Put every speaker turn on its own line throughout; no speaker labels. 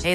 Hey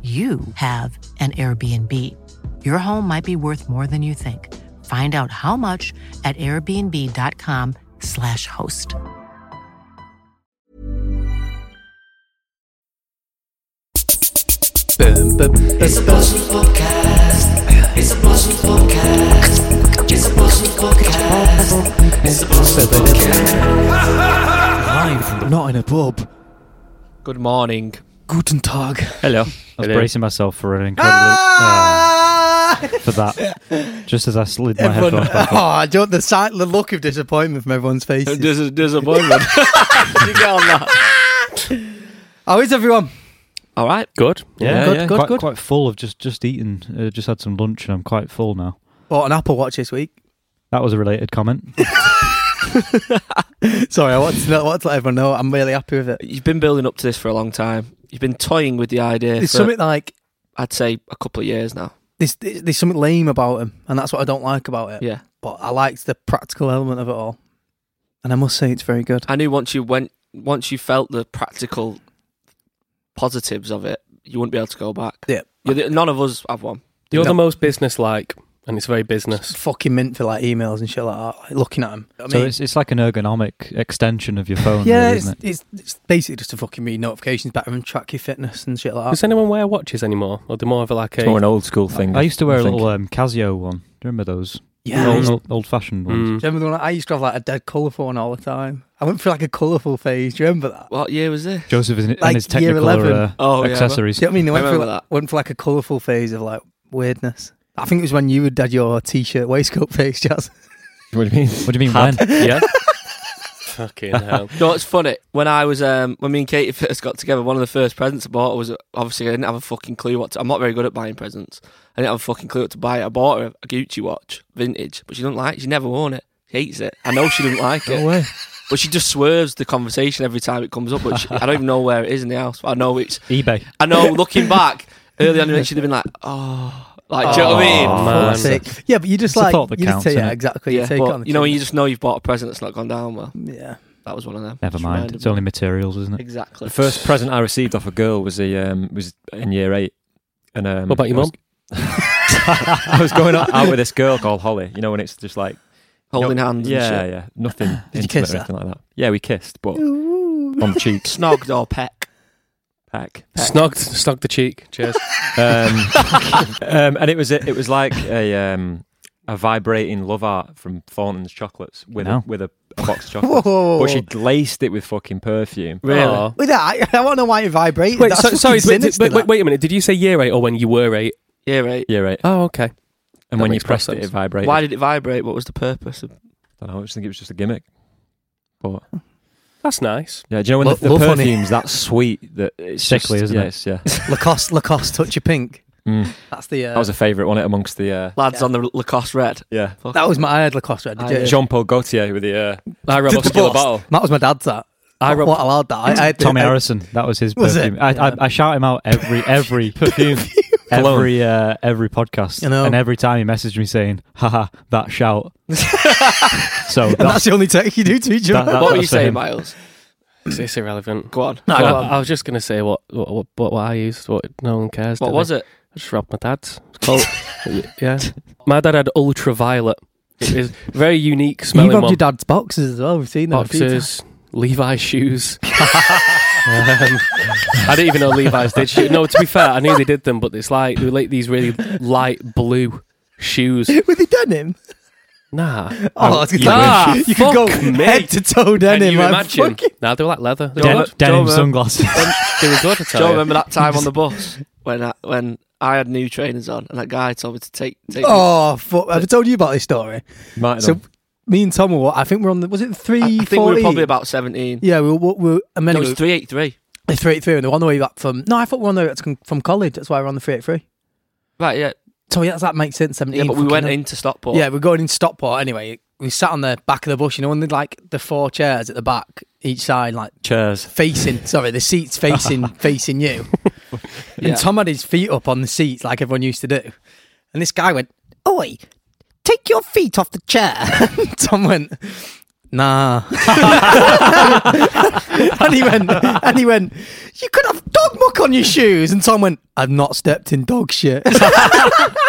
you have an Airbnb. Your home might be worth more than you think. Find out how much at airbnb.com/slash host.
Boom, boom.
It's a Blossom Podcast. It's a Blossom Podcast. It's a Blossom Podcast. It's a Blossom Podcast.
Live from Notting a Pub.
Good morning.
Guten Tag.
Hello. I was
Hello.
bracing myself for an incredible
Ah!
uh, for that. Just as I slid my
Everyone,
headphones back
oh,
up.
I don't, the, sight, the look of disappointment from everyone's faces.
This is disappointment. you get on that.
How is everyone?
All right. Good. Yeah.
Good,
yeah.
good.
quite, quite full. I've just just eaten. Uh, just had some lunch, and I'm quite full now.
Bought an Apple Watch this week.
That was a related comment.
Sorry, I want to, know, want to let everyone know I'm really happy with it.
You've been building up to this for a long time. You've been toying with the idea for,
There's something like,
I'd say, a couple of years now.
there's, there's something lame about him, and that's what I don't like about it.
Yeah.
But I liked the practical element of it all. And I must say, it's very good.
I knew once you went, once you felt the practical positives of it, you wouldn't be able to go back.
Yeah.
You're the, none of us have one.
You're
No.
the most business like, and it's very business.
Fucking mint for like emails and shit like that, like looking at him. I
so
mean-
it's it's like an ergonomic extension of your phone,
yeah,
really,
it's,
isn't it?
it's, it's basically just to fucking read notifications better and track your fitness and shit like that.
Does anyone wear watches anymore? Or they're more of a like a.
It's more an old school thing.
I used to wear a
think.
little um, Casio one. Do you remember those
Yeah,
old,
it's-
old, fashioned ones?
Mm.
Do you remember the one I used to have like a dead colourful one all the time? I went through like a colourful phase. Do you remember that?
What year was this?
Joseph and,
Like
and his
year
technical
11.
uh,
Oh, yeah,
accessories.
Do you know what I mean? They
I
went through
remember
like,
that.
went for like a colourful phase of like weirdness. I think it was when you had your t-shirt waistcoat phase, Jazz.
What do you mean?
What do you mean
Had-
when?
yeah.
Fucking hell.
No, it's funny. When I was, um, when me and Katie first got together, one of the first presents I bought was obviously I didn't have a fucking clue what. To, I'm not very good at buying presents. I didn't have a fucking clue what to buy. I bought her a Gucci watch, vintage, but she doesn't like. it. She never worn it. She hates it. I know she doesn't like it,
way.
but she just swerves the conversation every time it comes up. But she, I don't even know where it is in the house. But I know it's.
eBay.
I know. Looking back, early on, in it, she'd have been like, "Oh, like, do you know what I mean?"
Oh, man.
Yeah, but you just
It's a
like
thought that
you
counts,
just take, yeah,
innit?
exactly.
Yeah,
you take it on
but
the
you know when
chin.
you just know you've bought a present that's not gone down well.
yeah.
That was one of them.
Never
Just
mind.
reminded
It's
me.
only materials, isn't it?
exactly
The first present I received off a girl was a um, was in year eight. And um,
What about your
I was- I was going out, out with this girl called Holly. You know when it's just like
holding
no-
hands.
Yeah,
and shit.
yeah, nothing
you
intimate
kiss
or
her?
anything like that. Yeah, we kissed, but on the cheeks.
snogged or peck.
Pack.
Snogged, snogged the cheek. Cheers.
Um, um, and it was a, it was like a um, a vibrating love art from Thornton's chocolates with
No.
a, with a, a box of
Whoa,
chocolates.
whoa, whoa.
But she laced it with fucking perfume.
Aw.
Wait, I, I want to know why it vibrated.
Wait,
That's
so,
fucking
sorry, wait,
sinister,
wait,
that.
wait, wait a minute. Did you say year eight or when you were eight?
Yeah, right.
Yeah, right.
Oh, okay.
And
That
when you
makes more
pressed it,
sense.
it vibrated.
Why did it vibrate? What was the purpose? Of...
I don't know. I just think it was just a gimmick. But
That's nice.
yeah, do you know when
Lo-
the, the
love honey.
perfume's that sweet that it's
Sickly,
just,
isn't it?
yes, Yeah,
Lacoste, Lacoste, touch your pink.
Mm.
That's the. Uh,
that was a favourite one. It amongst the uh,
Lads
Yeah.
on the Lacoste red.
yeah.
Fuck.
that was my I had Lacoste red. Did
I
you?
had
Jean Paul Gaultier with the uh,
I
Did
robot
the
skill
boss-
battle.
That was my dad's. That
I
what
robot.
allowed that? I, I had
Tommy
I,
Harrison. That was his
Was it?
perfume. I, I, I shout him out every every perfume, every uh, every podcast,
You know.
and every time he messaged me saying, "Haha, that shout." so
And that's
that's
the only take you do to each other.
that-
what were you
that's for
saying,
him.
Miles?
It's, it's irrelevant.
Go on.
No,
Well,
go on.
I was just going to say what what, what what what I used, what no one cares.
What
do
was
they?
it?
I just robbed my dad's. It's called- yeah. My dad had ultraviolet. It is very unique
You
smelling
robbed
one.
your dad's boxes as well. We've seen them. a few times.
boxes, Levi's shoes. um, I didn't even know Levi's did shoes. No, to be fair, I knew they did them, but it's like they were like these really light blue shoes.
With the denim.
Nah,
Oh, that's
you
ah,
good.
wish.
you could go
Fuck me.
head to toe
can
denim.
you
like,
imagine?
fucking-
Nah, they were like leather. They were,
den-
good.
denim
Joe, man.
sunglasses.
They were good. I
Do you
tell you.
remember that time on the bus when I, when I had new trainers on and that guy told me to take take
Oh, fuck. Have I told you about this story?
Martin
So-
on.
Me and Tom were, what- I think we're on the, was it
I
340?
think we were probably about seventeen.
E Yeah, we were, we were and then it
No, it was
was
three eight three.
383 and we're on the way back from, no, I thought we were on the way back from, from college. That's why we're on the 383.
Right, yeah.
So yeah, that makes sense.
Yeah,
Seventeen.
but we
fucking
went
hell.
into Stockport.
E Yeah, we're going in Stockport anyway. We sat on the back of the bus, you know, and they'd like the four chairs at the back, each side, like
Chairs.
facing. sorry, the seats facing facing you.
Yeah.
And Tom had his feet up on the seats like everyone used to do. And this guy went, "Oi, take your feet off the chair." Tom went, "Nah." and he went, and he went, "You could have dog muck on your shoes." And Tom went, "I've not stepped in dog shit."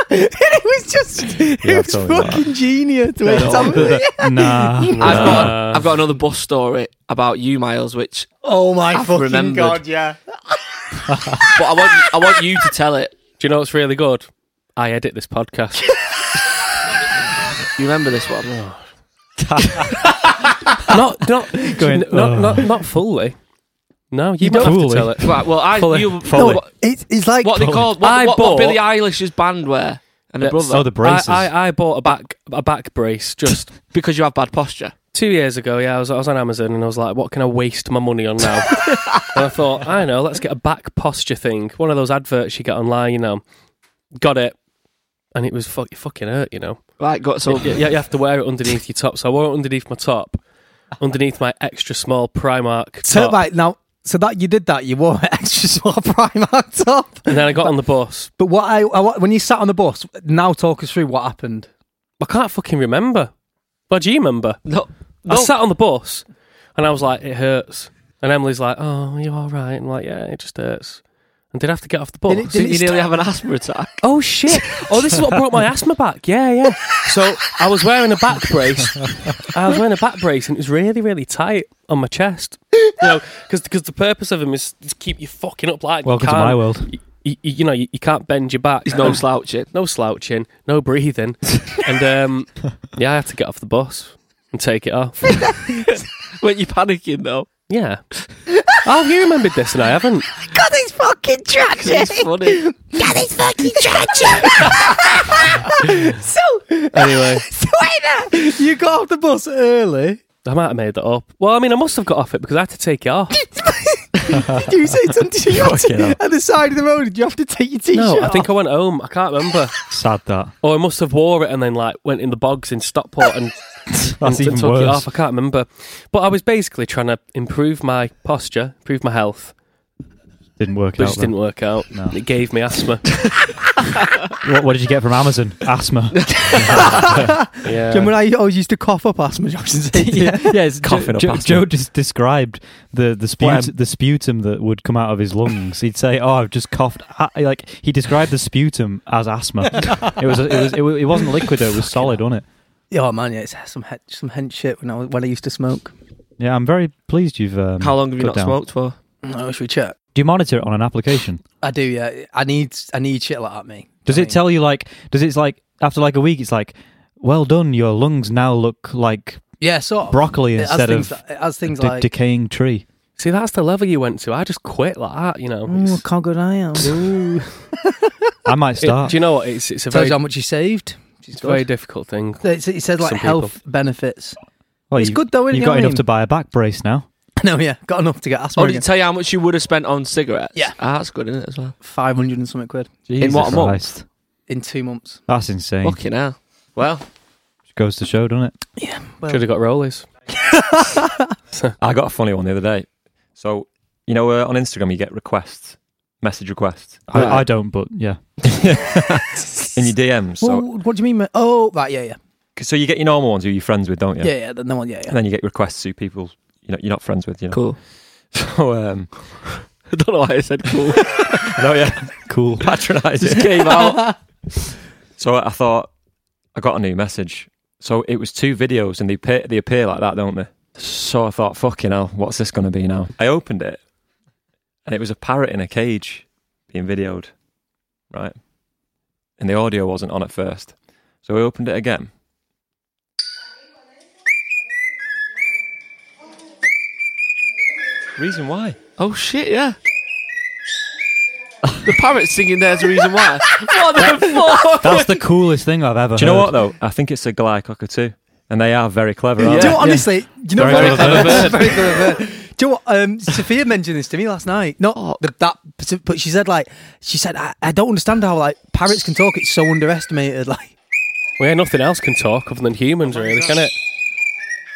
And it was just,
Yeah,
it was
totally not.
fucking genius. the way Tom-
nah.
I've got I've got another bus story about you, Miles, which
Oh my
I've
fucking
remembered.
god! Yeah.
but I want I want you to tell it.
Do you know what's really good? I edit this podcast.
You remember this one?
not not
Going,
n- not,
"Ugh."
not not fully. No, you,
You
don't have to
fully.
tell it.
Right. Well, I
Fully-
you
fully.
what,
It's, it's like
what they called
I
what, what, what
bought-
Billie Eilish's band wear and her
Yeah.
brother
Oh, the braces.
I, I, I bought a back a back brace just
because you have bad posture.
two years ago. Yeah, I was I was on Amazon and I was like, what can I waste my money on now? and I thought, I know, let's get a back posture thing. One of those adverts you get online, you know. Got it, and it was fuck, it fucking hurt, you know.
Right. Got so
So you, you have to wear it underneath your top. So I wore it underneath my top, underneath my extra small Primark
So
top.
right now, so that you did that, you wore an extra small Primark top.
And then I got on the bus.
But what I, I what- when you sat on the bus, now talk us through what happened.
I can't fucking remember. What do you remember?
no,
I
no.
sat on the bus and I was like, it hurts. And Emily's like, oh, are you all right? And I'm like, yeah, it just hurts. And did I have to get off the bus?
Did it- did
Didn't you nearly have an asthma attack?
Oh shit! Oh, this is what brought my asthma back. Yeah, yeah. So I was wearing a back brace. I was wearing a back brace, and it was really, really tight on my chest. You know, because the purpose of them is to keep you fucking up. Like, you
Welcome to
can't-
my world.
y- y- You, know, you, you can't bend your back.
He's no
And-
slouching.
no slouching, no breathing, and um, yeah, I had to get off the bus and take it off.
Weren't you panicking though?
Yeah. Oh, have you remembered this, and I haven't.
God, it's fucking tragic.
It's funny.
God, it's fucking tragic. so
Anyway,
so wait a- you got off the bus early.
I might have made that up. Well, I mean, I must have got off it because I had to take it off.
Did you say something to you have
Fucking hell.
to, at the side of the road? Did you have to take your t-shirt?
No, I think I
off?
went home. I can't remember.
Sad that.
Oh, I must have wore it and then like went in the bogs in Stockport and, and
That's even
took it
worse.
off. I can't remember, but I was basically trying to improve my posture, improve my health,
Didn't work
but it
out.
just didn't
then.
work out.
No.
It gave me asthma.
What, what did you get from Amazon? Asthma.
yeah,
Do you remember I always used to cough up asthma Johnson's
yeah, yeah. It's Joe,
Coughing up
Joe,
asthma.
Joe just described the the,
Phlegm.
sput- the sputum that would come out of his lungs. He'd say, "Oh, I've just coughed." Ah, Like he described the sputum as asthma. it was it was it, wa- it wasn't liquid though. It was solid, wasn't it?
Oh man, yeah, it's some he- some hench shit when I was- when I used to smoke.
Yeah, I'm very pleased you've. Um,
How long have you not
cut down.
smoked for?
No, should we check?
Do you monitor it on an application?
I do, yeah. I need I need shit like that, me.
Does
I
it
mean-
tell you like? Does it's like after like a week? It's like, well done. Your lungs now look like
Yeah, sort of.
broccoli
It has
instead
things
of
that- it has things
de-
like
decaying tree.
see, that's the level you went to. I just quit like that. You
Oh,
know.
Mm,
It's-
how good I am.
Ooh.
I might
It-
start.
do you know what? It's it's a
Tells
very
you how much you saved.
it's a very difficult thing.
It's, it says like
Some people.
health benefits.
well,
it's
Oh, you-
good though. isn't
You've
it?
got
I
enough
mean-
to buy a back brace now.
No, yeah, got enough to get asthma.
Oh, did it tell you how much you would have spent on cigarettes?
Yeah.
Ah, that's good, isn't it, as well?
Five hundred and something quid
In what month?
Christ.
in two months.
That's insane.
Fucking hell. Well,
Goes to show, doesn't it?
Well-
Should have got rollies.
I got a funny one the other day. So, you know, uh, on Instagram, you get requests, message requests
Right.
I, I don't, but yeah.
in your DMs.
Well,
So,
what do you mean? ma- Oh, right, yeah, yeah,
'cause- so you get your normal ones who you're friends with, don't you?
yeah, yeah. the- no one, yeah,
And
yeah.
then you get requests to people you know, you're not friends with, you know.
cool.
So, um,
I don't know why I said cool.
no, yeah,
Cool.
patronizing.
Just came out.
So I thought I got a new message. So it was two videos, and they appear, they appear like that, don't they? So I thought, fucking hell, what's this going to be now? I opened it, and it was a parrot in a cage being videoed, right? And the audio wasn't on at first, so I opened it again. Reason why?
Oh shit, yeah. the parrot singing there's a reason why. what the fuck?
That's the coolest thing I've ever
Do you know
heard.
what though? I think it's a Gly cockatoo, and they are very clever.
Do
Aren't
you know
they?
what, honestly, do you know
Very
what?
clever
Very clever bird. Do Do you know what? Um, Sophia mentioned this to me last night. Not the, that, partic- but she said like she said I, I don't understand how like parrots can talk. It's so underestimated. Like
Well, yeah, nothing else can talk other than humans, really, can it?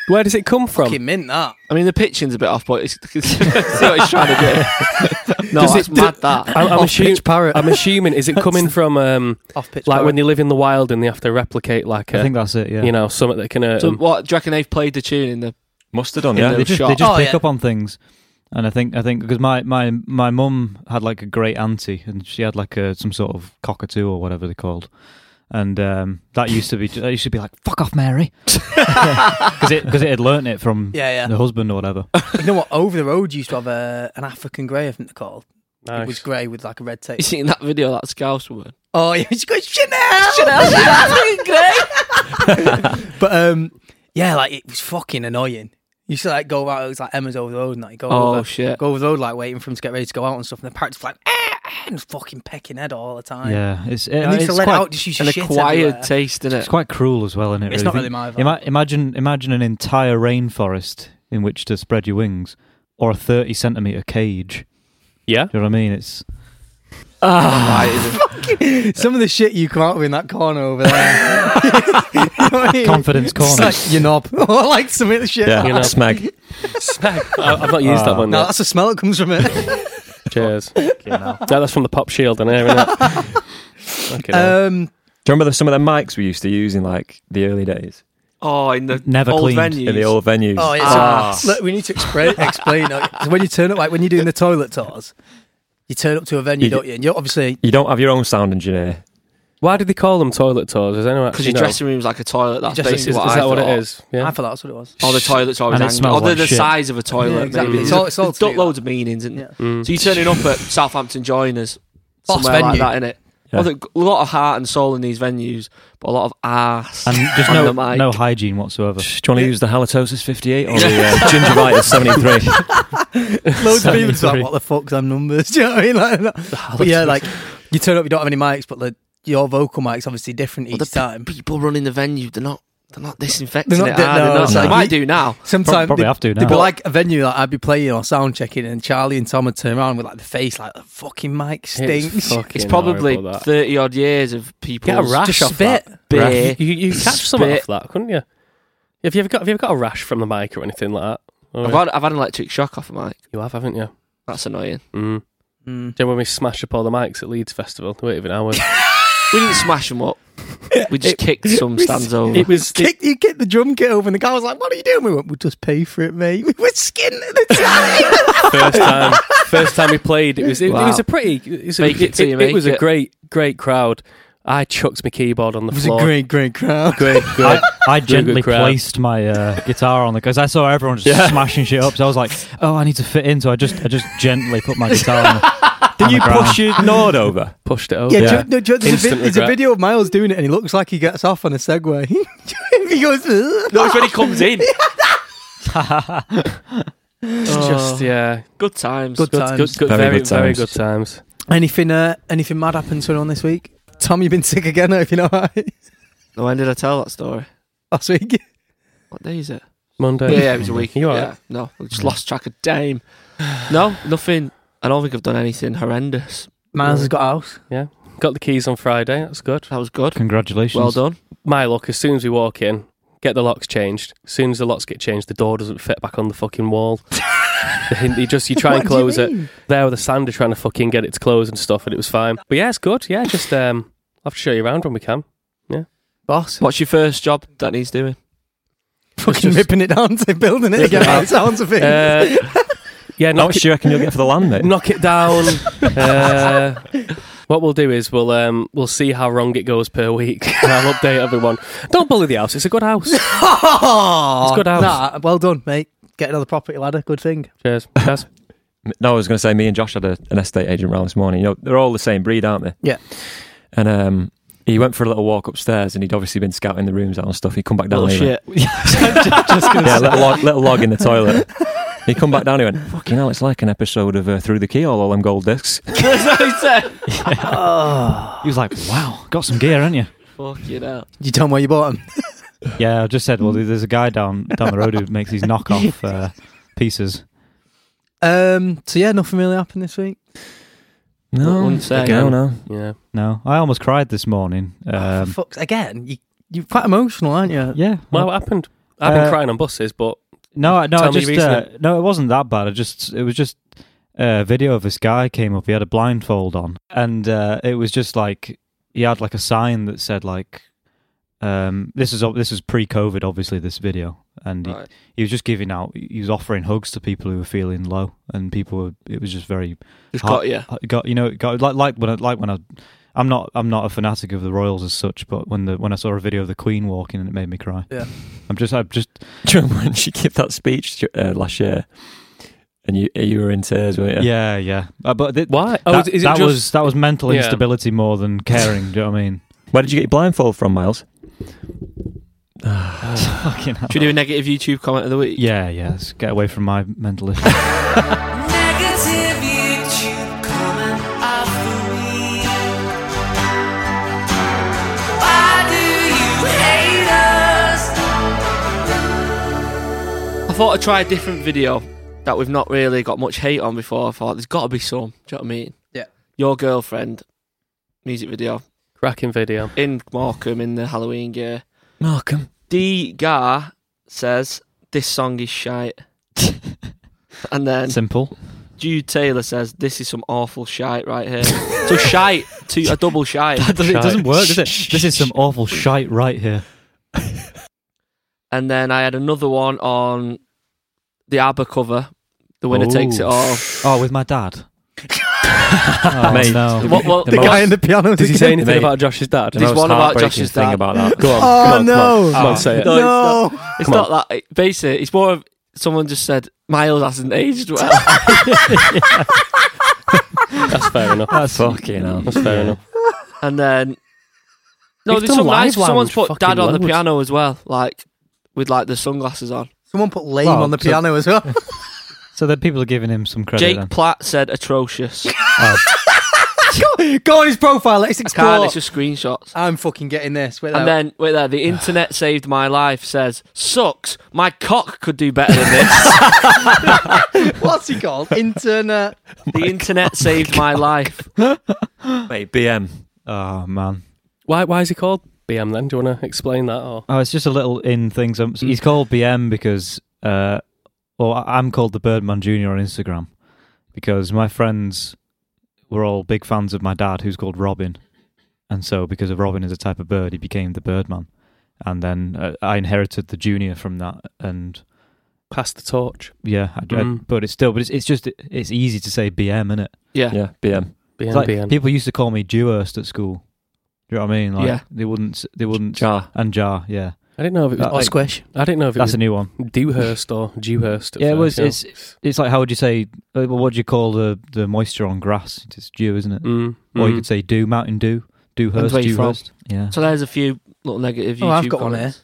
Where does it come from?
fucking mint that.
I mean, the pitching's a bit off, but it's, see what he's trying to do. no, it's mad that.
I'm, I'm,
Off-pitch
assuming,
parrot.
I'm assuming, is it coming from um,
Off pitch.
like when they live in the wild and they have to replicate like
I
a,
think that's it. Yeah,
you know, something that can uh, um, hurt
So
'em?
what? Do you reckon they've played the tune in the?
Mustard on
yeah,
Yeah,
they
they're
just
shot.
they just
Oh,
pick
yeah.
up on things, and I think I think because my my my mum had like a great auntie, and she had like a some sort of cockatoo or whatever they're called, and um, that used to be that used to be like fuck off Mary, because it because it had learnt it from
Yeah, yeah.
the husband or whatever.
You know what? Over the road used to have a, an African grey. I think they're called. It
Nice.
was grey with like a red tape.
You seen that video that Scouse woman?
Oh yeah, she goes Chanel. Chanel. But um, yeah, like it was fucking annoying. You used to like go out. It was like Emma's over the road, and like go
Oh,
over,
shit.
go over the road, like waiting for him to get ready to go out and stuff. And the parrots like "Ah, ah," and fucking pecking head all the time.
Yeah, it's it,
and they
it's,
used to let
quite,
out just use
An
shit
acquired
everywhere.
taste in
it's
it.
quite cruel as well, isn't it?
It's not really my vibe.
Ima- imagine imagine an entire rainforest in which to spread your wings, or a thirty centimeter cage.
Yeah.
Do you know what I mean? It's
Some of the shit you come out with in that corner over there. You know what I mean?
confidence
It's
corner.
like your knob, or like some of the shit.
Yeah,
You know.
smeg.
Snag. I, I've not used that one
No,
yet.
that's the smell that comes from it.
Cheers. no, that's from the pop shield in here, isn't it? Fucking hell.
Uh,
um,
Do you remember the, some of the mics we used to use in like the early days
Oh, in the
Never
old
cleaned.
venue.
in the old venues?
oh yeah. so- look, we need to explain. explain like, so when you turn up, like when you're doing the toilet tours, you turn up to a venue,
You-
don't you? And you're obviously
You don't have your own sound engineer.
Why do they call them toilet tours? Is anyone
because
actually
your
know?
dressing room's like a toilet. That's
Your dressing
basically
room's-
what
Is
I
that what
thought.
it is? Yeah.
I thought that's what it was.
Oh, the toilet's always
And it
hanging.
smells
Or the,
like
the
shit.
size of a toilet.
Yeah, exactly.
Maybe.
It's all- it's all
There's
to do
loads of meanings. Isn't
Yeah.
there?
Mm.
So you're turning up at Southampton Joiners,
Boss
somewhere
venue.
like that, innit?
Yeah.
Well, there's a lot of heart and soul in these venues, but a lot of ass.
and just
on the
no,
mic.
no hygiene whatsoever.
Do you want to use the halitosis 58 or the uh, gingivitis 73?
loads of people just like,
Sanitary.
what the fuck's them numbers? Do you know what I mean? Like, no. but yeah, like you turn up, you don't have any mics, but the, your vocal mic's obviously different
Well,
each
the pe-
time.
people running the venue, they're not, they're not disinfecting
They're not
it.
di-
are they?
no,
They're
it's
not-
like-
they might do now.
Sometimes
Probably
they,
have to
they'd be
now.
like a venue, like I'd be playing or sound checking, and Charlie and Tom would turn around with like the face, like the fucking mic stinks.
It's probably
that.
thirty odd years of people.
Get a rash
Just
off
spit.
that.
Beer,
You, you catch someone
spit.
off that, couldn't you? Have you ever got Have you ever got a rash from the mic or anything like that? Or-
I've had, I've had an electric shock off a mic.
you have, haven't you?
That's annoying.
Mm.
Mm. Do you remember when we smashed up all the mics at Leeds Festival? They waited an hour.
We didn't smash them up. We just kicked some stands over.
it was. It,
Kick, you kicked the drum kit over, and the guy was like, "What are you doing?" We went, "We'll just pay for it, mate." We were skinning the time.
first time first time we played it was it,
Wow.
it was a pretty it was, a,
Make it till you make
was a
it.
great great crowd i chucked my keyboard on the
it was a
floor
great, great crowd.
great
I,
great
I gently
crowd.
placed my uh, guitar on the because I saw everyone just smashing shit up. So I was like, "Oh, I need to fit in." So I just, I just gently put my guitar. on the,
Did
on
you
the ground.
push your Nord over?
pushed it over
Yeah,
Yeah.
do you- no, do you- there's, a,
Instant
vid- there's a
regret.
video of Miles doing it, and he looks like he gets off on a Segway. he goes, "Ugh."
no, it's when he comes in.
Oh. It's just yeah
Good times.
Good
good,
times.
good, good,
Very
very
good
very
times.
good times
Anything, uh, anything mad happened to anyone this week? Tom, you've been sick again. If you know why.
No, when did I tell that story?
last week.
What day is it?
monday
Yeah, yeah, it was a week.
you all
yeah.
right?
No, I just lost track of time. No, nothing. I don't think I've done anything horrendous.
Miles has got a house.
got the keys on friday that's good
That was good.
Congratulations!
Well done.
my luck as soon as we walk in get the locks changed as soon as the locks get changed the door doesn't fit back on the fucking wall The hin- you just you try and
What do you
close it
mean?
there with a sander trying to fucking get it to close and stuff and it was fine but yeah it's good yeah just um i'll have to show you around when we can
boss.
What's your first job that needs doing?
Fucking
just-
ripping it down to building it again. by the sounds of it.
Uh, yeah,
How
knock
much
it,
do you reckon you'll get for the land, mate?
knock it down. uh, what we'll do is we'll um, we'll see how wrong it goes per week. And I'll update everyone. Don't bully the house. It's a good house.
it's
good house.
Nah, well done, mate. Get another property ladder. Good thing.
Cheers. Cheers.
No, I was going to say, me and Josh had a, an estate agent round this morning. You know, they're all the same breed, aren't they?
Yeah.
And um, he went for a little walk upstairs, and he'd obviously been scouting the rooms out and stuff. He'd come back down. and he went, yeah, little log, little log in the toilet. He come back down. He went, "Fucking hell, it's like an episode of uh, Through the Keyhole, all them gold discs."
Ah.
He was like, "Wow, got some gear, haven't you?"
Fuck you know.
You tell me where you bought them.
Yeah, I just said, "Well, there's a guy down down the road who makes these knockoff uh, pieces."
Um, so yeah, nothing really happened this week.
No, Wouldn't say. no,
no.
Yeah.
No, I almost cried this morning.
Oh, for
Um,
fuck's again, you you're quite emotional, aren't you?
yeah.
Well, what happened? I've been
Uh,
crying on buses, but
No, I- no,
Tell
I
me
just
your
uh,
reasoning.
no, it wasn't that bad. I just it was just uh, a video of this guy came up. He had a blindfold on, and uh, it was just like he had like a sign that said like um, this is ob- this is pre-COVID, obviously. This video, and he,
Right.
he was just giving out. He was offering hugs to people who were feeling low, and people were. It was just very
Just
Hot-
got you.
I got you know it got like like when I like when I I'm not I'm not a fanatic of the Royals as such, but when the when I saw a video of the Queen walking and it made me cry.
Yeah.
I'm just I'm just
Do you remember when she gave that speech uh, last year? And you you were in tears, weren't you?
yeah yeah. Uh, but th-
why?
that,
Oh, is, is it
that
just?
was that was mental
Yeah.
instability more than caring. do you know what I mean?
Where did you get your blindfold from, Miles?
Fucking hell.
Should we do a negative YouTube comment of the week?
Yeah yeah. Let's get away from my mental issue.
Negative YouTube comment of the week. Why do you hate us?
I thought I'd try a different video that we've not really got much hate on before. I thought there's got to be some. Do you know what I mean?
Yeah.
Your girlfriend music video
Cracking video.
in Morecambe in the Halloween gear.
Malcolm.
D Gar says this song is shite, and then
Simple.
Jude Taylor says this is some awful shite right here. so shite to a double shite,
That doesn't, it
Shite.
doesn't work, does it? This is some awful shite right here.
and then I had another one on the ABBA cover. The winner
Ooh.
takes it all.
Oh, with my dad. oh
Mate.
no.
What, what,
The guy in the piano.
Did he say anything
Mate.
about Josh's dad?
There's one about Josh's
thing
dad.
about that.
Go
Oh,
on. come on, Come
no.
on, come on, say it.
No,
No,
It's
Come
not that. it- Basically, it's more of someone just said Miles hasn't aged well.
That's fair enough.
That's
Ah, Fucking hell.
That's fair enough.
and then no,
They've
there's
done
some
live
nice. Someone's
ones,
put Dad
fucking
on the
loads.
piano as well, like with like the sunglasses on.
someone put lame
Well,
on the
so-
piano as well.
So that people are giving him some credit. then.
Jake Platt said atrocious.
go, go on his profile. Let's explore.
Can't. It's just screenshots.
I'm fucking getting this. Wait,
And
there.
then wait there. The internet saved my life. Says sucks. My cock could do better than this.
what's he called? Internet.
the internet saved my life.
Mate, BM.
Oh man.
Why? Why is he called BM? Then do you want to explain that? Or
Oh, it's just a little in thing. So
Mm.
he's called BM because, uh, well, I- I'm called the Birdman Junior on Instagram because my friends were all big fans of my dad, who's called Robin, and so because of Robin is a type of bird, he became the Birdman, and then uh, I inherited the Junior from that, and
pass the torch?
yeah, I, I-
Mm.
but it's still, but it's it's just it's easy to say BM, innit?
Yeah.
Yeah, BM.
BM.
It's like
BM.
people used to call me Dewhurst at school. Do you know what I mean? Like
Yeah.
they wouldn't, s- they wouldn't,
Jar.
and Jar, yeah,
I didn't know if it was.
Or
squish. I didn't know if it
that's
was
a new one.
Dewhurst or Dewhurst. at
Yeah, it was.
first, you know.
It's it's like how would you say? uh, well, What do you call the the moisture on grass? It's dew, isn't it?
Mm,
Or you
mm.
could say dew, mountain dew, dew hurst,
where you
dew
from.
hurst. Yeah.
So there's a few little negative. YouTube
Oh, I've got one
comments.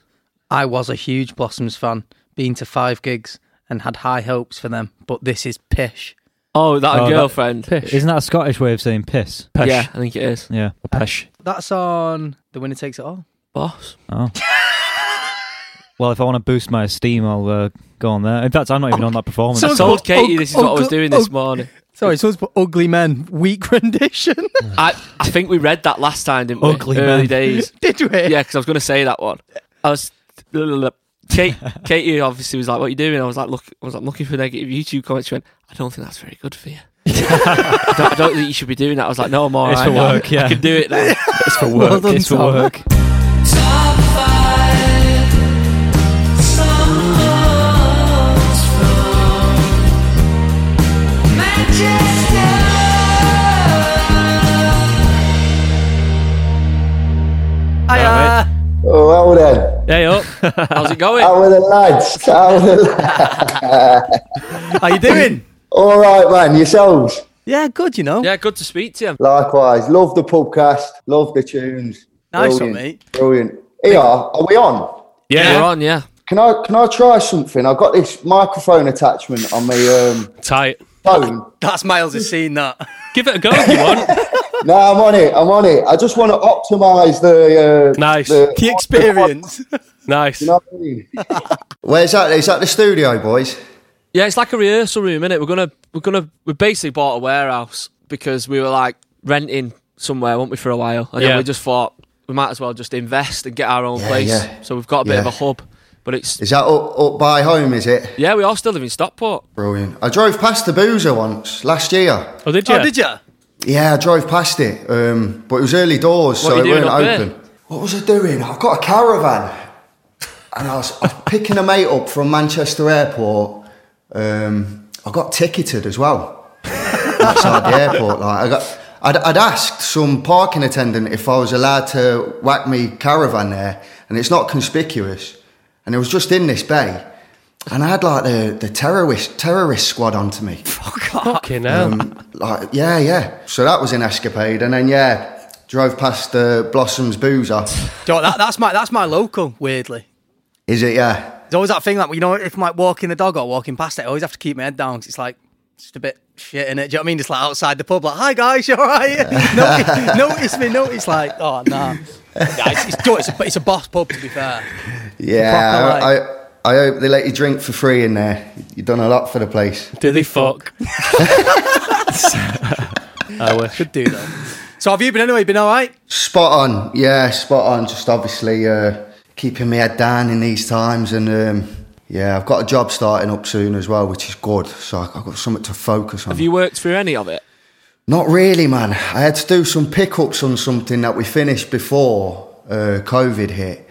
I was a huge Blossoms fan, been to five gigs and had high hopes for them, but this is pish.
Oh, that
Oh,
a
that-
girlfriend.
Isn't that a Scottish way of saying piss?
Pesh.
Yeah, I think it is.
Yeah.
Pesh.
That's on The Winner Takes It All.
Boss.
Oh. well, if I want to boost my esteem, I'll uh, go on there. In fact, I'm not even on that performance.
So-
I told Katie
oh,
this is
oh,
what I was
oh,
doing
oh.
this morning.
Sorry, someone's put Ugly Men, weak rendition.
I, I think we read that last time, didn't we?
Ugly
Early
man.
days.
Did we?
Yeah, because I was going to say that one. I was. Kate, Katie obviously was like, "What are you doing?" I was like, "Look, I was like, looking for negative YouTube comments." She went, "I don't think that's very good for you. I, don't, I don't think you should be doing that." I was like, "No, I'm all
It's
right
for
now.
work, yeah.
I can do it now."
It's for
Well
work.
done,
it's for
Tom.
work.
Top five songs from Manchester.
Hiya.
Oh, how then?
Hey up.
How's it going?
How are the lads? How are the lads?
How you doing?
All right, man. Yourselves?
Yeah, good, you know.
Yeah, good to speak to you.
Likewise. Love the podcast. Love the tunes.
Nice one,
Brilliant,
mate.
Brilliant. ER, are we on?
Yeah, you're on. Yeah,
Can I can I try something? I've got this microphone attachment on my um,
Tight.
phone.
That's Miles has seen that.
Give it a go if you want.
no, I'm on it. I'm on it. I just want to optimize the uh,
Nice.
The experience.
Nice.
you know what I mean? Where's that? Is that the studio, boys?
Yeah, it's like a rehearsal room, innit? We're gonna we're gonna we basically bought a warehouse because we were like renting somewhere, weren't we, for a while? And
Yeah.
then we just thought we might as well just invest and get our own place.
yeah.
So we've got a bit of a
Yeah.
hub. But it's
Is that up, up by home, is it?
yeah, we all still live in Stockport.
Brilliant. I drove past the Boozer once last year.
Oh, did you?
Oh, did you?
Yeah, I drove past it, um, but it was early doors,
What
so
were
it
you
weren't
doing up
open. What was I doing? I've got a caravan, and I was, I was picking a mate up from Manchester Airport. Um, I got ticketed as well outside the airport. Like I got, I'd, I'd asked some parking attendant if I was allowed to whack me caravan there, and it's not conspicuous. And it was just in this bay, and I had like the, the terrorist terrorist squad onto me.
Fucking hell.
Um,
Like, yeah, yeah. So that was an escapade, and then yeah, drove past the Blossoms Boozer.
Do you know what, that, that's my that's my local. Weirdly,
Is it? Yeah,
there's always that thing like you know if I'm like walking the dog or walking past it, I always have to keep my head down 'cause it's like it's just a bit shit in it. Do you know what I mean? Just like outside the pub, like hi guys, you all right? notice, notice me, notice like oh nah. nah it's, it's, do you know, it's, a, it's a boss pub to be fair.
yeah.
Proper
I, I I hope they let you drink for free in there. You've done a lot for the place.
Did they fuck? I wish.
Could do though. So have you been anyway? Been all right?
Spot on, yeah, spot on. Just obviously uh, keeping my head down in these times, and um, yeah, I've got a job starting up soon as well, which is good. So I- I've got something to focus on.
Have you worked through any of it?
Not really, man. I had to do some pickups on something that we finished before uh, COVID hit,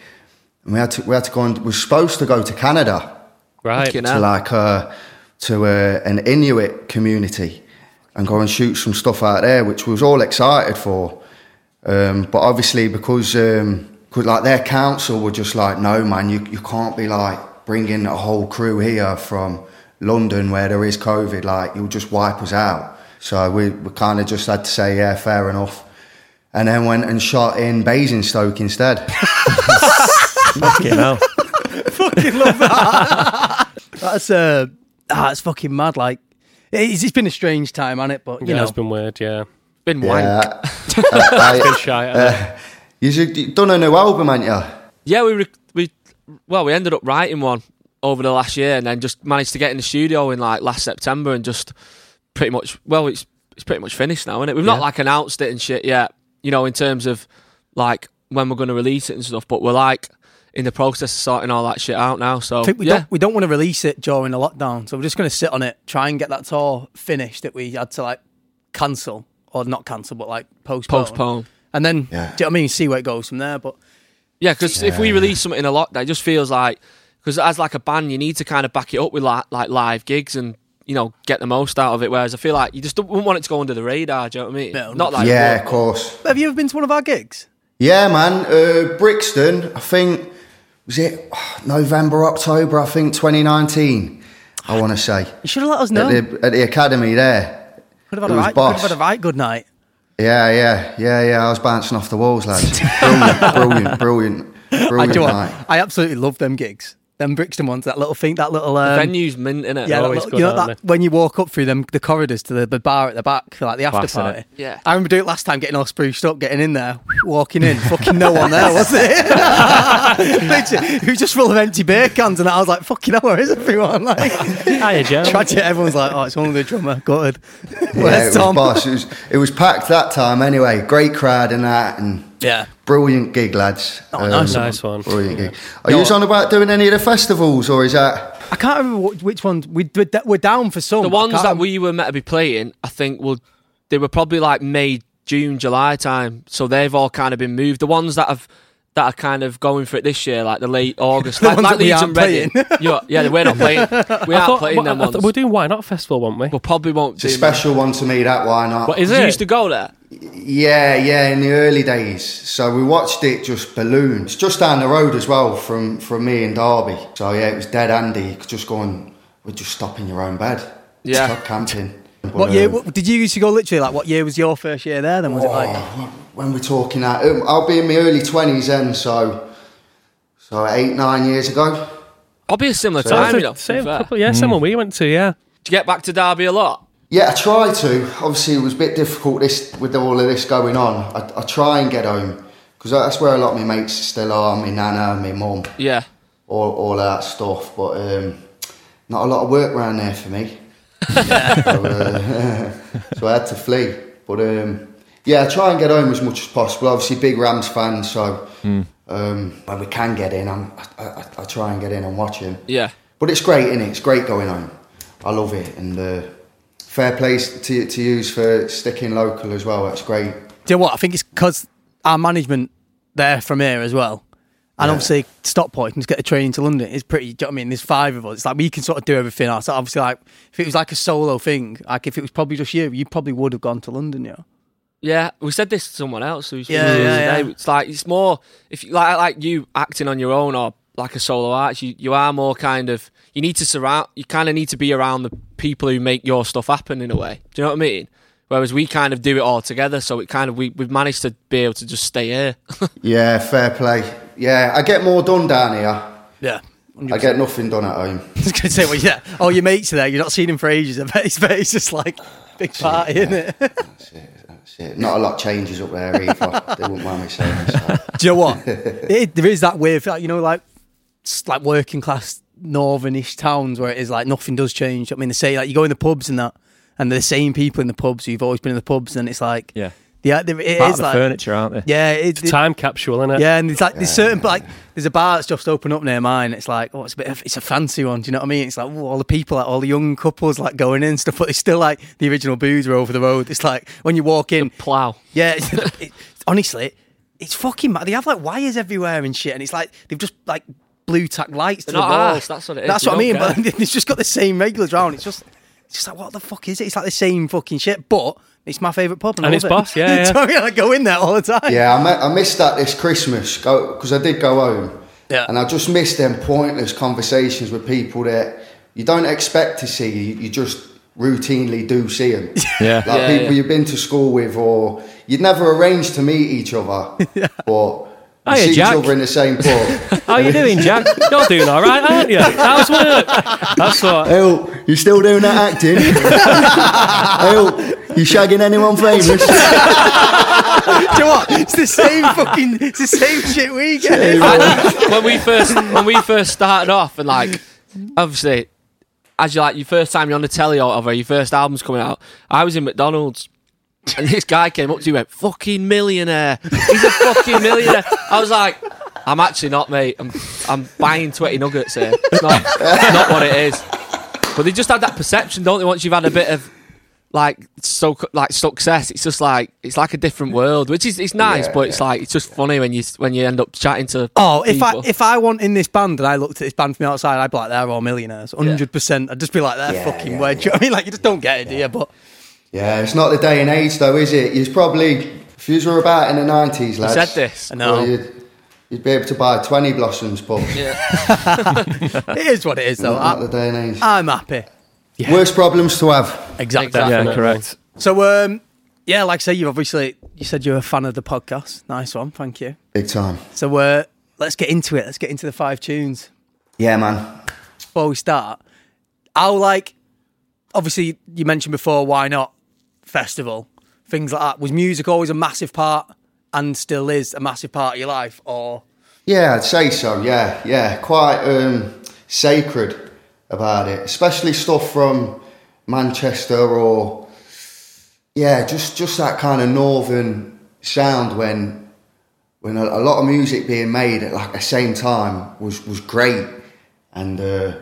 and we had to we had to go and we were supposed to go to Canada
Right.
Fucking
to
hell.
like uh, to uh, an Inuit community and go and shoot some stuff out there, which we was all excited for. Um, but obviously, because um, 'cause, like their council were just like, no, man, you you can't be like bringing a whole crew here from London where there is COVID. Like you'll just wipe us out. So we, we kind of just had to say, yeah, fair enough. And then went and shot in Basingstoke instead.
Fucking hell.
fucking love that. that's uh, ah, that's fucking mad. Like, it's, it's been a strange time, hasn't it? But you
yeah,
know,
it's been weird, yeah.
Been wank. Yeah,
yeah. I- I-
Shy.
You should, you done a new album, ain't you?
we re- we well, we ended up writing one over the last year and then just managed to get in the studio in like last September and just pretty much well, it's it's pretty much finished now, isn't it? We've not like announced it and shit yet, you know, in terms of like when we're gonna release it and stuff, but we're like in the process of sorting all that shit out now. So
I think we
yeah.
don't we don't want to release it during the lockdown, so we're just going to sit on it, try and get that tour finished that we had to like cancel or not cancel, but like postpone,
postpone.
and then do
Yeah.
you know what I mean? See where it goes from there. But
Yeah, because if we release something in a lockdown, it just feels like because as like a band, you need to kind of back it up with like, like live gigs and you know get the most out of it. Whereas I feel like you just don't wouldn't want it to go under the radar. Do you know what I mean?
No,
Not
no.
like
yeah, of course.
have you ever been to one of our gigs?
Yeah, man. Uh, Brixton, I think, was it oh, November, October, I think 2019, I want to say.
You should have let us
At,
know.
the, at the academy there.
could have had
it
a
was
right, could have
boss.
had a right good night.
Yeah, yeah, yeah, yeah. I was bouncing off the walls, lads. Brilliant, brilliant, brilliant.
I,
Brilliant
do you know what?
night.
I absolutely love them gigs. Them Brixton ones, that little thing, that little um,
venues mint in it.
Yeah,
They're
that
always
little-
good,
you know
aren't
that when you walk up through them the corridors to the, the bar at the back for like the after
Class, innit?
party.
Yeah.
I remember doing it last time, getting all spruced up, getting in there, walking in, fucking no one there, was it? it was just full of empty beer cans, and I was like, "Fucking hell, where is everyone?" Like,
Hiya, Joe.
tragic. Everyone's like, "Oh, it's only the drummer." Gutted.
Yeah,
Where's
it was
Tom?
boss. It was, it was packed that time anyway. Great crowd and that. And
Yeah.
brilliant gig, lads. Um,
Oh, nice.
Nice one.
Brilliant gig. Are you on about doing any of the festivals or is that.
I can't remember what, which ones we we're, d- we're down for some.
the
I
ones
can't
that
remember.
we were meant to be playing, I think, will they were probably like May, June, July time. So they've all kind of been moved. The ones that have that are kind of going for it this year, like the late August,
The
like,
ones that
like
we
Leeds
aren't
and Reading. yeah, yeah, we're not playing. We
I
aren't
thought-
playing
what-
them
I thought-
ones.
We're doing Why Not Festival, weren't we?
we probably won't.
It's a
do them.
special one to me, that why not?
What is
You
it?
used to go there.
yeah, yeah, in the early days. So we watched it just balloon. It's just down the road as well from, from me and Derby. So yeah, it was dead handy. You could just go and we'd just stop in your own bed.
Yeah.
Stop camping.
What
But,
year?
um,
What, did you used to go literally like? What year was your first year there? Then was it like?
oh, when we're talking that, um, I'll be in my early 20s then, so so eight, nine years ago.
I'll be a similar
That was
time.
the
you know, to be
same
fair.
couple- yeah, someone we went to, yeah.
Do you get back to Derby a lot?
Yeah, I try to. Obviously, it was a bit difficult this with all of this going on. I, I try and get home because that's where a lot of my mates still are. My nana, my mum,
Yeah.
all all of that stuff. But um, not a lot of work round there for me. so, uh, so I had to flee. But um, yeah, I try and get home as much as possible. Obviously, big Rams fan, so um, when we can get in, I'm, I, I, I try and get in and watch him.
Yeah.
But it's great, innit? It's great going home. I love it, and uh, fair place to to use for sticking local as well. That's great.
Do you know what? I think it's because our management there from here as well. And obviously, Stockport, you can just get a train to London. It's pretty, do you know what I mean? There's five of us. It's like we can sort of do everything else. Obviously, like if it was like a solo thing, like if it was probably just you, you probably would have gone to London, yeah.
Yeah, we said this to someone else who's
Yeah, yeah, yeah.
It's like it's more if you like like you acting on your own or like a solo artist, you, you are more kind of you need to surround you kind of need to be around the people who make your stuff happen in a way. Do you know what I mean? Whereas we kind of do it all together, so it kind of we we've managed to be able to just stay here.
Yeah, fair play. Yeah, I get more done down here.
Yeah.
I get nothing done at home.
I was going to say, well, yeah. All your mates are there. You've not seen him for ages. I bet it's, but it's just like big party, isn't it?
That's it. That's it. Not a lot changes up there either. they wouldn't mind me saying. So.
Do you know what? it, there is that weird, feel, you know, like s- like working class northernish towns where it is like nothing does change. I mean, they say like you go in the pubs and that, and they're the same people in the pubs who've always been in the pubs, and it's like
Yeah.
yeah, there, it
Part
is
of the
like
furniture, aren't they?
yeah, it, it-
Time capsule, innit?
yeah, and it's like there's certain but, like there's a bar that's just opened up near mine. It's like oh, it's a bit, of, it's a fancy one. Do you know what I mean? It's like ooh, all the people, like all the young couples, like going in and stuff, but it's still like the original booze are over the road. It's like when you walk in,
Plow.
yeah, it's, it, honestly, it's fucking mad. They have like wires everywhere and shit, and it's like they've just like blue tack lights to
They're
the
not
walls.
arsed, that's what it is,
That's
they
what I mean.
don't
But it's just got the same regulars round. It's just, it's just like what the fuck is it? It's like the same fucking shit, but it's my favorite pub and, I
And
love
it's
it.
boss, yeah, yeah.
so I, mean, I go in there all the time.
Yeah, I, mi- I missed that this Christmas because I did go home.
Yeah.
And I just missed them pointless conversations with people that you don't expect to see, you, you just routinely do see them.
Yeah.
Like
Yeah,
people
yeah.
you've been to school with, or you'd never arrange to meet each other, but you
Hiya,
see
Jack.
each other in the same pub.
How you doing, Jack?
You're doing all right, aren't you? How's work? That's what.
Oh, you still doing that acting? oh, you shagging anyone famous?
Do you know what? It's the same fucking, it's the same shit we get.
Like, when we first when we first started off and like obviously as you like your first time you're on the telly or whatever, your first album's coming out. I was in McDonald's and this guy came up to me and went, Fucking millionaire. He's a fucking millionaire. I was like I'm actually not, mate. I'm I'm buying twenty nuggets here. It's not, it's not what it is. But they just have that perception, don't they? Once you've had a bit of like so like success, it's just like it's like a different world, which is it's nice,
Yeah,
but it's like it's just funny when you when you end up chatting to
Oh, if I
people.
if I want in this band and I looked at this band from the outside, I'd be like, they're all millionaires, hundred percent. I'd just be like, they're
Yeah,
fucking
yeah,
weird. Do you know what I mean? Like you just don't get it, do you? But
yeah, it's not the day and age though, is it? You's probably, if you were about in the 90s,
You
lads.
said this.
I know
Well, you'd, you'd be able to buy 20 blossoms, but
it is what it is, though.
not
I,
the day and age.
I'm happy.
Worst problems to have.
Exactly.
Yeah, correct.
So, um, yeah, like I say, you obviously you said you're a fan of the podcast. Nice one, thank you.
Big time.
So, uh, let's get into it. Let's get into the five tunes
Yeah, man.
before we start. I'll like, obviously, you mentioned before, why not festival things like that. Was music always a massive part, and still is a massive part of your life, or
Yeah, I'd say so. Yeah, yeah. Quite um, sacred about it, especially stuff from Manchester or yeah, just just that kind of northern sound when when a, a lot of music being made at like the same time was was great and uh,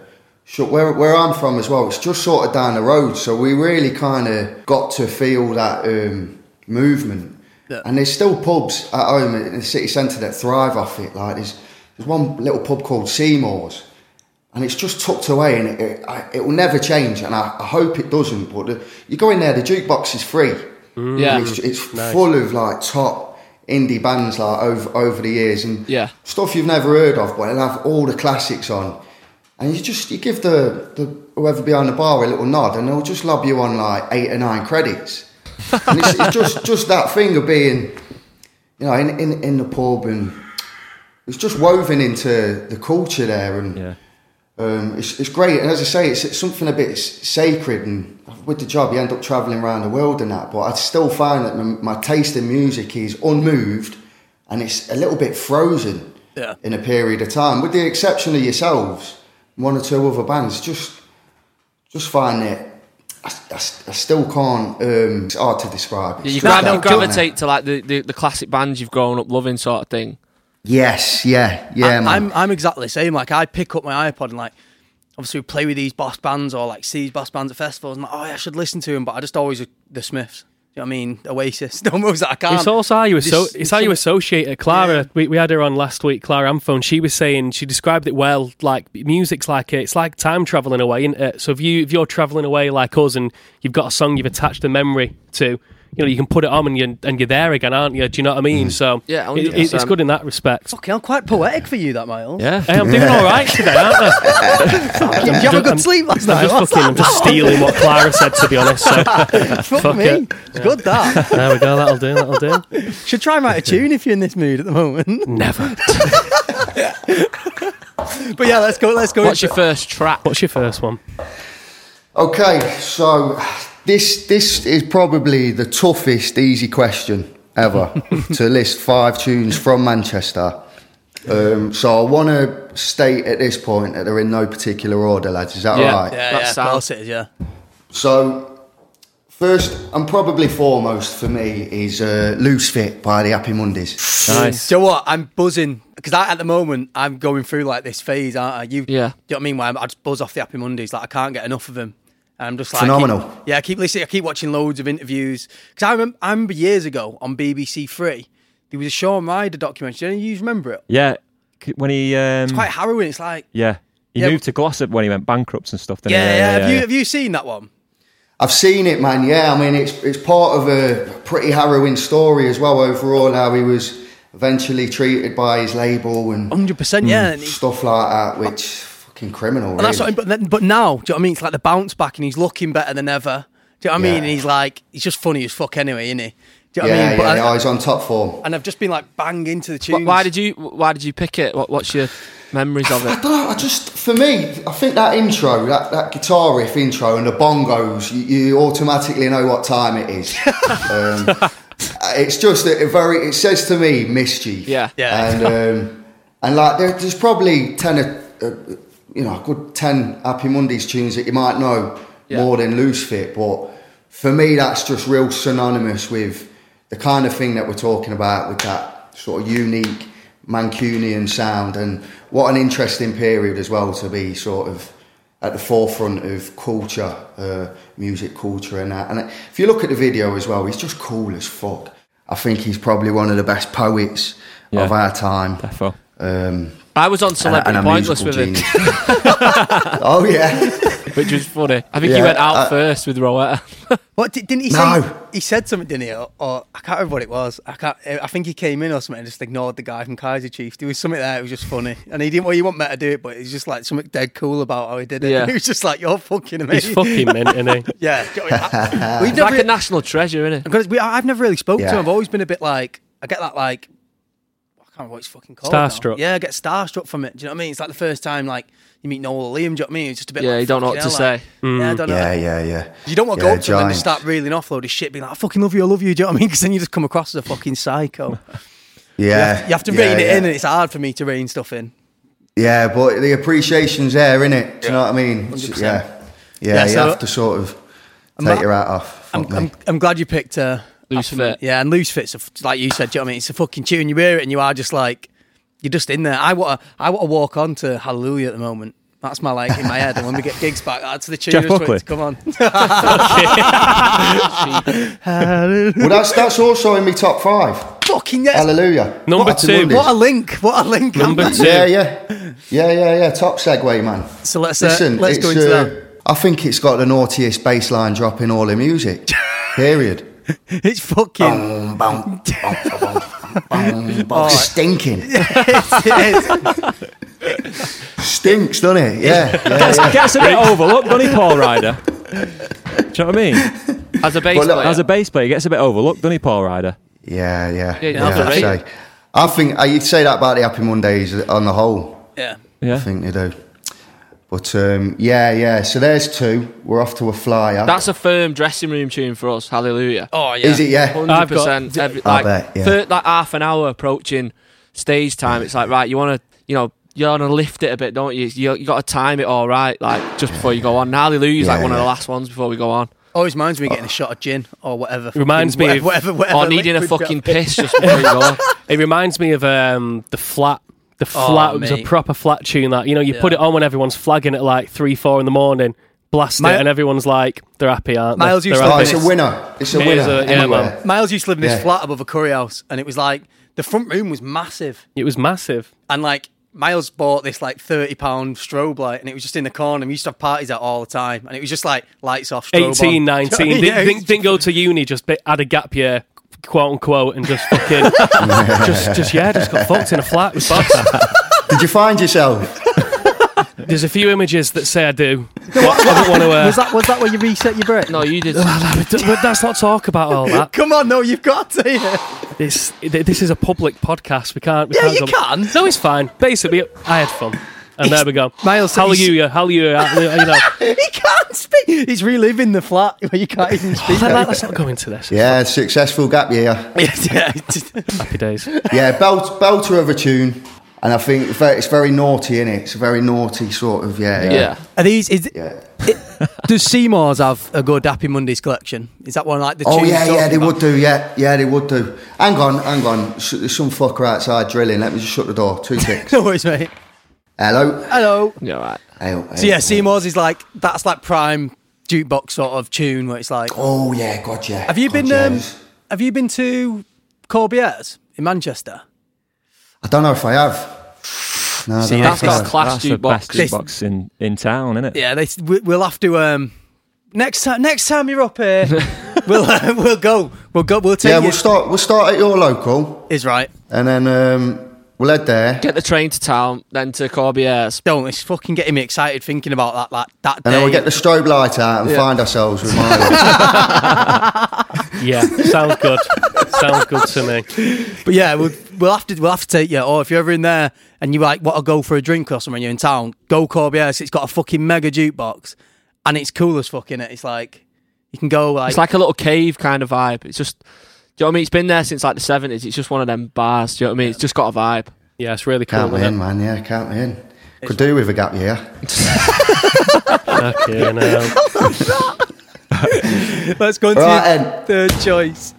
sure, where where I'm from as well, it's just sort of down the road, so we really kind of got to feel that um, movement. And there's still pubs at home in the city centre that thrive off it. Like there's there's one little pub called Seymour's, and it's just tucked away, and it it, I, it will never change. And I, I hope it doesn't. But the, you go in there, the jukebox is free.
Yeah.
And it's, it's full of like top indie bands like over over the years and
Yeah.
stuff you've never heard of, but they'll have all the classics on, and you just you give the, the whoever behind the bar a little nod, and they'll just lob you on like eight or nine credits, and it's, it's just just that thing of being, you know, in in, in the pub and. It's just woven into the culture there, and
Yeah.
um, it's, it's great, and as I say, it's, it's something a bit s- sacred. And with the job, you end up travelling around the world and that. But I still find that my, my taste in music is unmoved, and it's a little bit frozen
Yeah.
in a period of time, with the exception of yourselves, one or two other bands. Just just find it. I, I- I still can't. Um, it's hard to describe. It's
You,
just
gra-
that
you
genre.
gravitate to like the, the, the classic bands you've grown up loving, sort of thing.
Yes, yeah, yeah, man.
I, am I'm exactly the same. Like I pick up my iPod and like obviously we play with these boss bands or like see these boss bands at festivals and like, oh yeah, I should listen to them, but I just always the Smiths. You know what I mean? Oasis. No moves that I can't.
It's also how you
Um, This-
asso- it's how you
some-
associate it. Clara, we, we had her on last week. Clara Amphone, she was saying she described it well. Like music's like it's like time traveling away, isn't it? So if you if you're traveling away like us and you've got a song you've attached a memory to, you know you can put it on and you're and you're there again, aren't you? Do you know what I mean?
Mm.
So
Yeah,
it- it- it's
100%.
good in that respect.
Fucking, I'm quite poetic for you, that Miles.
Yeah.
Hey, I'm doing all right today, aren't I?
Did you have a good
I'm-
sleep last
I'm
night?
just
What's
fucking, I'm just stealing what Clara said. To be honest, so
that? Fuck,
fuck
me.
it.
It's good that.
there we go. That'll do. That'll do.
Should try and write a tune if you're in this mood at the moment.
Never.
But yeah, let's go. Let's go.
What's
into
your first track?
What's your first one?
Okay, so this this is probably the toughest easy question ever to list five tunes from Manchester. Um, so I want to state at this point that they're in no particular order, lads. Is that
Yeah,
right?
yeah,
That's
yeah,
sound.
of course it is, yeah.
So first and probably foremost for me is uh, "Loose Fit" by the Happy Mondays.
Nice.
So what? I'm buzzing because at the moment I'm going through like this phase, aren't I? You,
Yeah.
Do you know what I mean? Where I'm, I just buzz off the Happy Mondays. Like I can't get enough of them. And I'm just like
Phenomenal.
I keep- yeah, I keep listening. I keep watching loads of interviews because I remember, I remember years ago on BBC Three there was a Sean Ryder documentary. Do you remember it?
Yeah. C- When he. Um,
Quite harrowing. It's like
yeah. He
Yeah.
moved to Glossop when he went bankrupt and stuff. Didn't
yeah,
he?
yeah. have you have you seen that one?
I've seen it, man. Yeah, I mean, it's it's part of a pretty harrowing story as well. Overall, how he was eventually treated by his label and
Hundred percent. Yeah. And, he-
stuff like that, which fucking criminal.
and that's what. I,
really.
but then, but now, do you know what I mean? It's like the bounce back, and he's looking better than ever. Do you know what I mean?
Yeah.
And he's like, he's just funny as fuck anyway, isn't he? Do you know
yeah,
what I mean? But
yeah,
I-
yeah, he's on top form.
and I've just been like bang into the
Wh-
tunes.
Why did you Why did you pick it? What, what's your memories of
I
it?
don't know. I just for me, I think that intro, that, that guitar riff intro, and the bongos, you, you automatically know what time it is. um, it's just a, a very. It says to me, mischief.
Yeah.
Yeah.
And um, and like there, there's probably ten, uh, uh, you know, a good ten Happy Mondays tunes that you might know more than Loose Fit, but for me, that's just real synonymous with the kind of thing that we're talking about with that sort of unique Mancunian sound, and what an interesting period as well to be sort of at the forefront of culture, uh, music culture, and that. And if you look at the video as well, he's just cool as fuck. I think he's probably one of the best poets
Yeah.
of our time.
Defo.
Um,
I was on
and, a-
Celebrity
and a
Pointless
musical
with
genius.
it,
oh yeah,
which was funny. I think
Yeah,
you went out
I-
first with Rowetta.
What did, didn't he say?
No.
He said something, didn't he? Or, or I can't remember what it was. I can't. I think he came in or something and just ignored the guy from Kaiser Chiefs. There was something there. It was just funny, and he didn't. Well, he wanted me to do it, but it was just like something dead cool about how he did it.
Yeah.
He was just like, "You're fucking amazing."
He's fucking mint, isn't he?
yeah. Do you know what I mean? I- We've
It's like
never.
a national treasure, isn't it?
because we, I've never really spoke to
Yeah.
him. I've always been a bit like I get that like I can't remember what it's fucking called. now.
Starstruck.
Yeah, I get starstruck from it. Do you know what I mean? It's like the first time like you meet Noel or Liam. Do you know what I mean? It's just a bit.
Yeah,
like,
you don't know
fucking
what to
hell, like,
say. Mm.
Yeah, I don't know.
yeah, yeah, yeah.
You don't want to
Yeah,
go up to them and just
giant.
start reeling off load of shit, being like, I fucking love you, I love you. Do you know what I mean? Because then you just come across as a fucking psycho.
Yeah,
You have to
yeah,
rein it
yeah.
in, and it's hard for me to rein stuff in.
Yeah, but the appreciation's there, innit? Do you know what I mean? It's-
100%.
Yeah, yeah.
Yeah,
you
so-
have to sort of
I'm
take
not-
your hat off.
I'm,
Fuck me.
I'm, I'm glad you picked uh,
Loose
Afternoon.
Fit.
Yeah, and loose fits, are f- like you said, do you know what I mean? It's a fucking tune. You hear it, and you are just like, you're just in there. I want to, I want to walk on to Hallelujah at the moment. That's my like in my head, and when we get gigs back, that's the tune.
Jeff
I just want
Buckley.
it to Come on,
well, that's that's also in my top five.
fucking yes.
Hallelujah.
Number
What a
two.
Monday.
What a link! What a link!
Number two.
yeah, yeah, yeah, yeah, yeah. Top segue, man.
So let's, uh, let's go
it's,
into
uh,
that.
I think it's got the naughtiest bass line drop in all the music. Period.
It's fucking. Oh.
Boom, boom, boom, boom, boom, boom. Stinking.
it is.
Stinks, doesn't it? Yeah. yeah,
Gets,
yeah.
gets a bit overlooked, doesn't he, Paul Ryder? Do you know what I mean?
As a bass
Well, look,
player,
As a bass player, he gets a bit overlooked, doesn't he, Paul Ryder?
Yeah, yeah.
Yeah,
yeah,
that's
I'd
right.
say. I think uh, you'd say that about the Happy Mondays on the whole.
Yeah.
Yeah.
I think they do. But um, yeah, yeah. So there's two. We're off to a flyer.
that's a firm dressing room tune for us. Hallelujah.
Oh yeah.
Is it? Yeah.
Hundred
I've got-
percent. Every
I
like
bet, yeah.
fir- like half an hour approaching stage time, it's like right. You want to you know you want to lift it a bit, don't you? You, you got to time it all right, like just before you go on. Now they lose like
Yeah,
one of
yeah.
the last ones before we go on,
Always reminds me of getting a shot of gin or whatever. fucking-
Reminds me of-
whatever, whatever,
or needing a
liquid
fucking
drop.
piss just before you go on.
It reminds me of um, the flat. The
Oh,
flat it was a
mate.
proper flat tune. That you know, you
Yeah.
put it on when everyone's flagging at like three, four in the morning. Blast
Mi-
it, and everyone's like, they're happy, aren't they?
Miles used
They're
to
Oh,
happy.
it's a winner. It's a
It
winner.
is a- yeah,
anywhere.
man.
Miles used to live in this
Yeah.
flat above a curry house, and it was like the front room was massive,
It was massive.
and like Miles bought this like thirty pound strobe light, and it was just in the corner. We used to have parties out all the time, and it was just like lights off. Strobe
18,
on.
19.
Yeah,
didn't,
it
didn't,
was-
didn't go to uni, just bit, had a gap year, quote unquote, and just fucking, just, just, yeah, just got fucked in a flat. It was bad.
Did you find yourself?
There's a few images that say I do. but I don't want to. Uh,
was that was that where you reset your break?
No, you did.
Let's not talk about all that.
Come on, no, you've got to. Yeah.
This th- this is a public podcast. We can't. We
Yeah,
can't
you
go-
can.
No, it's fine. Basically, I had fun, and there we go.
Miles,
hallelujah, hallelujah. hallelujah, you know.
he can't speak. He's reliving the flat where you can't even speak.
Let, us not go into this.
Yeah, successful gap year.
yeah,
Happy days.
Yeah, belt, belter of a tune. And I think ve- it's very naughty, innit? It's a very naughty sort of, yeah.
yeah.
Are these? Is,
Yeah.
does Seymour's have a good Happy Mondays collection? Is that one like the?
Oh
tunes
yeah,
you're
yeah,
talking
they
about?
would do. Yeah, yeah, they would do. Hang on, hang on. S- There's some fucker outside drilling. Let me just shut the door. Two ticks.
No worries, mate.
Hello. oh,
Hello.
Yeah, right.
Hello.
So yeah, Seymour's is like that's like prime jukebox sort of tune where it's like.
Oh yeah, God yeah.
Have you
God,
been?
yeah.
Um, have you been to Corbières in Manchester?
I don't know if I have. No, I
See,
don't know
That's
if I
got
have.
a class
That's the
jukebox.
best
This-
jukebox in, in town, isn't it?
Yeah, they, we- we'll have to. Um, next time, next time you're up here, we'll uh, we'll go. We'll go. We'll take
Yeah,
you.
we'll start. We'll start at your local,
Is right.
and then um, we'll head there,
Get the train to town, then to Corbières.
Don't. It's fucking getting me excited thinking about that. Like that
and
day.
then we'll get the strobe light out and find ourselves with Milo.
Yeah, sounds good. sounds good to me.
But yeah, we'll, we'll have to we'll have to take you. Or if you're ever in there and you like want to go for a drink or something, you're in town. Go Corbières. It's got a fucking mega jukebox, and it's cool as fucking. It. It's like you can go like.
It's like a little cave kind of vibe. It's just, do you know what I mean? It's been there since like the seventies. It's just one of them bars. Do you know what I mean? It's just got a vibe.
Yeah, it's really cool.
count me in,
isn't
man. Yeah, count me in. Could do with a gap year.
it? Fucking um, hell.
let's go into
Right,
your
and
third choice.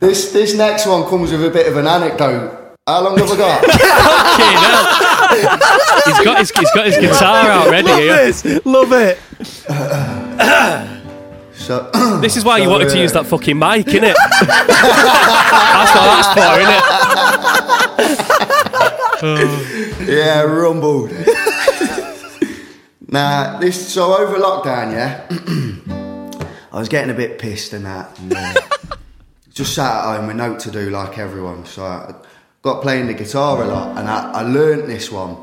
this this next one comes with a bit of an anecdote. How long have I got?
Fucking hell. He's got his he's got his guitar out ready.
Love
This.
this. Love it.
so,
is why you
So,
wanted to
uh,
use that fucking mic, innit? that's what that's for, innit?
Yeah, rumbled. nah, this so over lockdown, yeah. I was getting a bit pissed and that. and, uh, just sat at home with no to do like everyone. So I got playing the guitar a lot and I, I learnt this one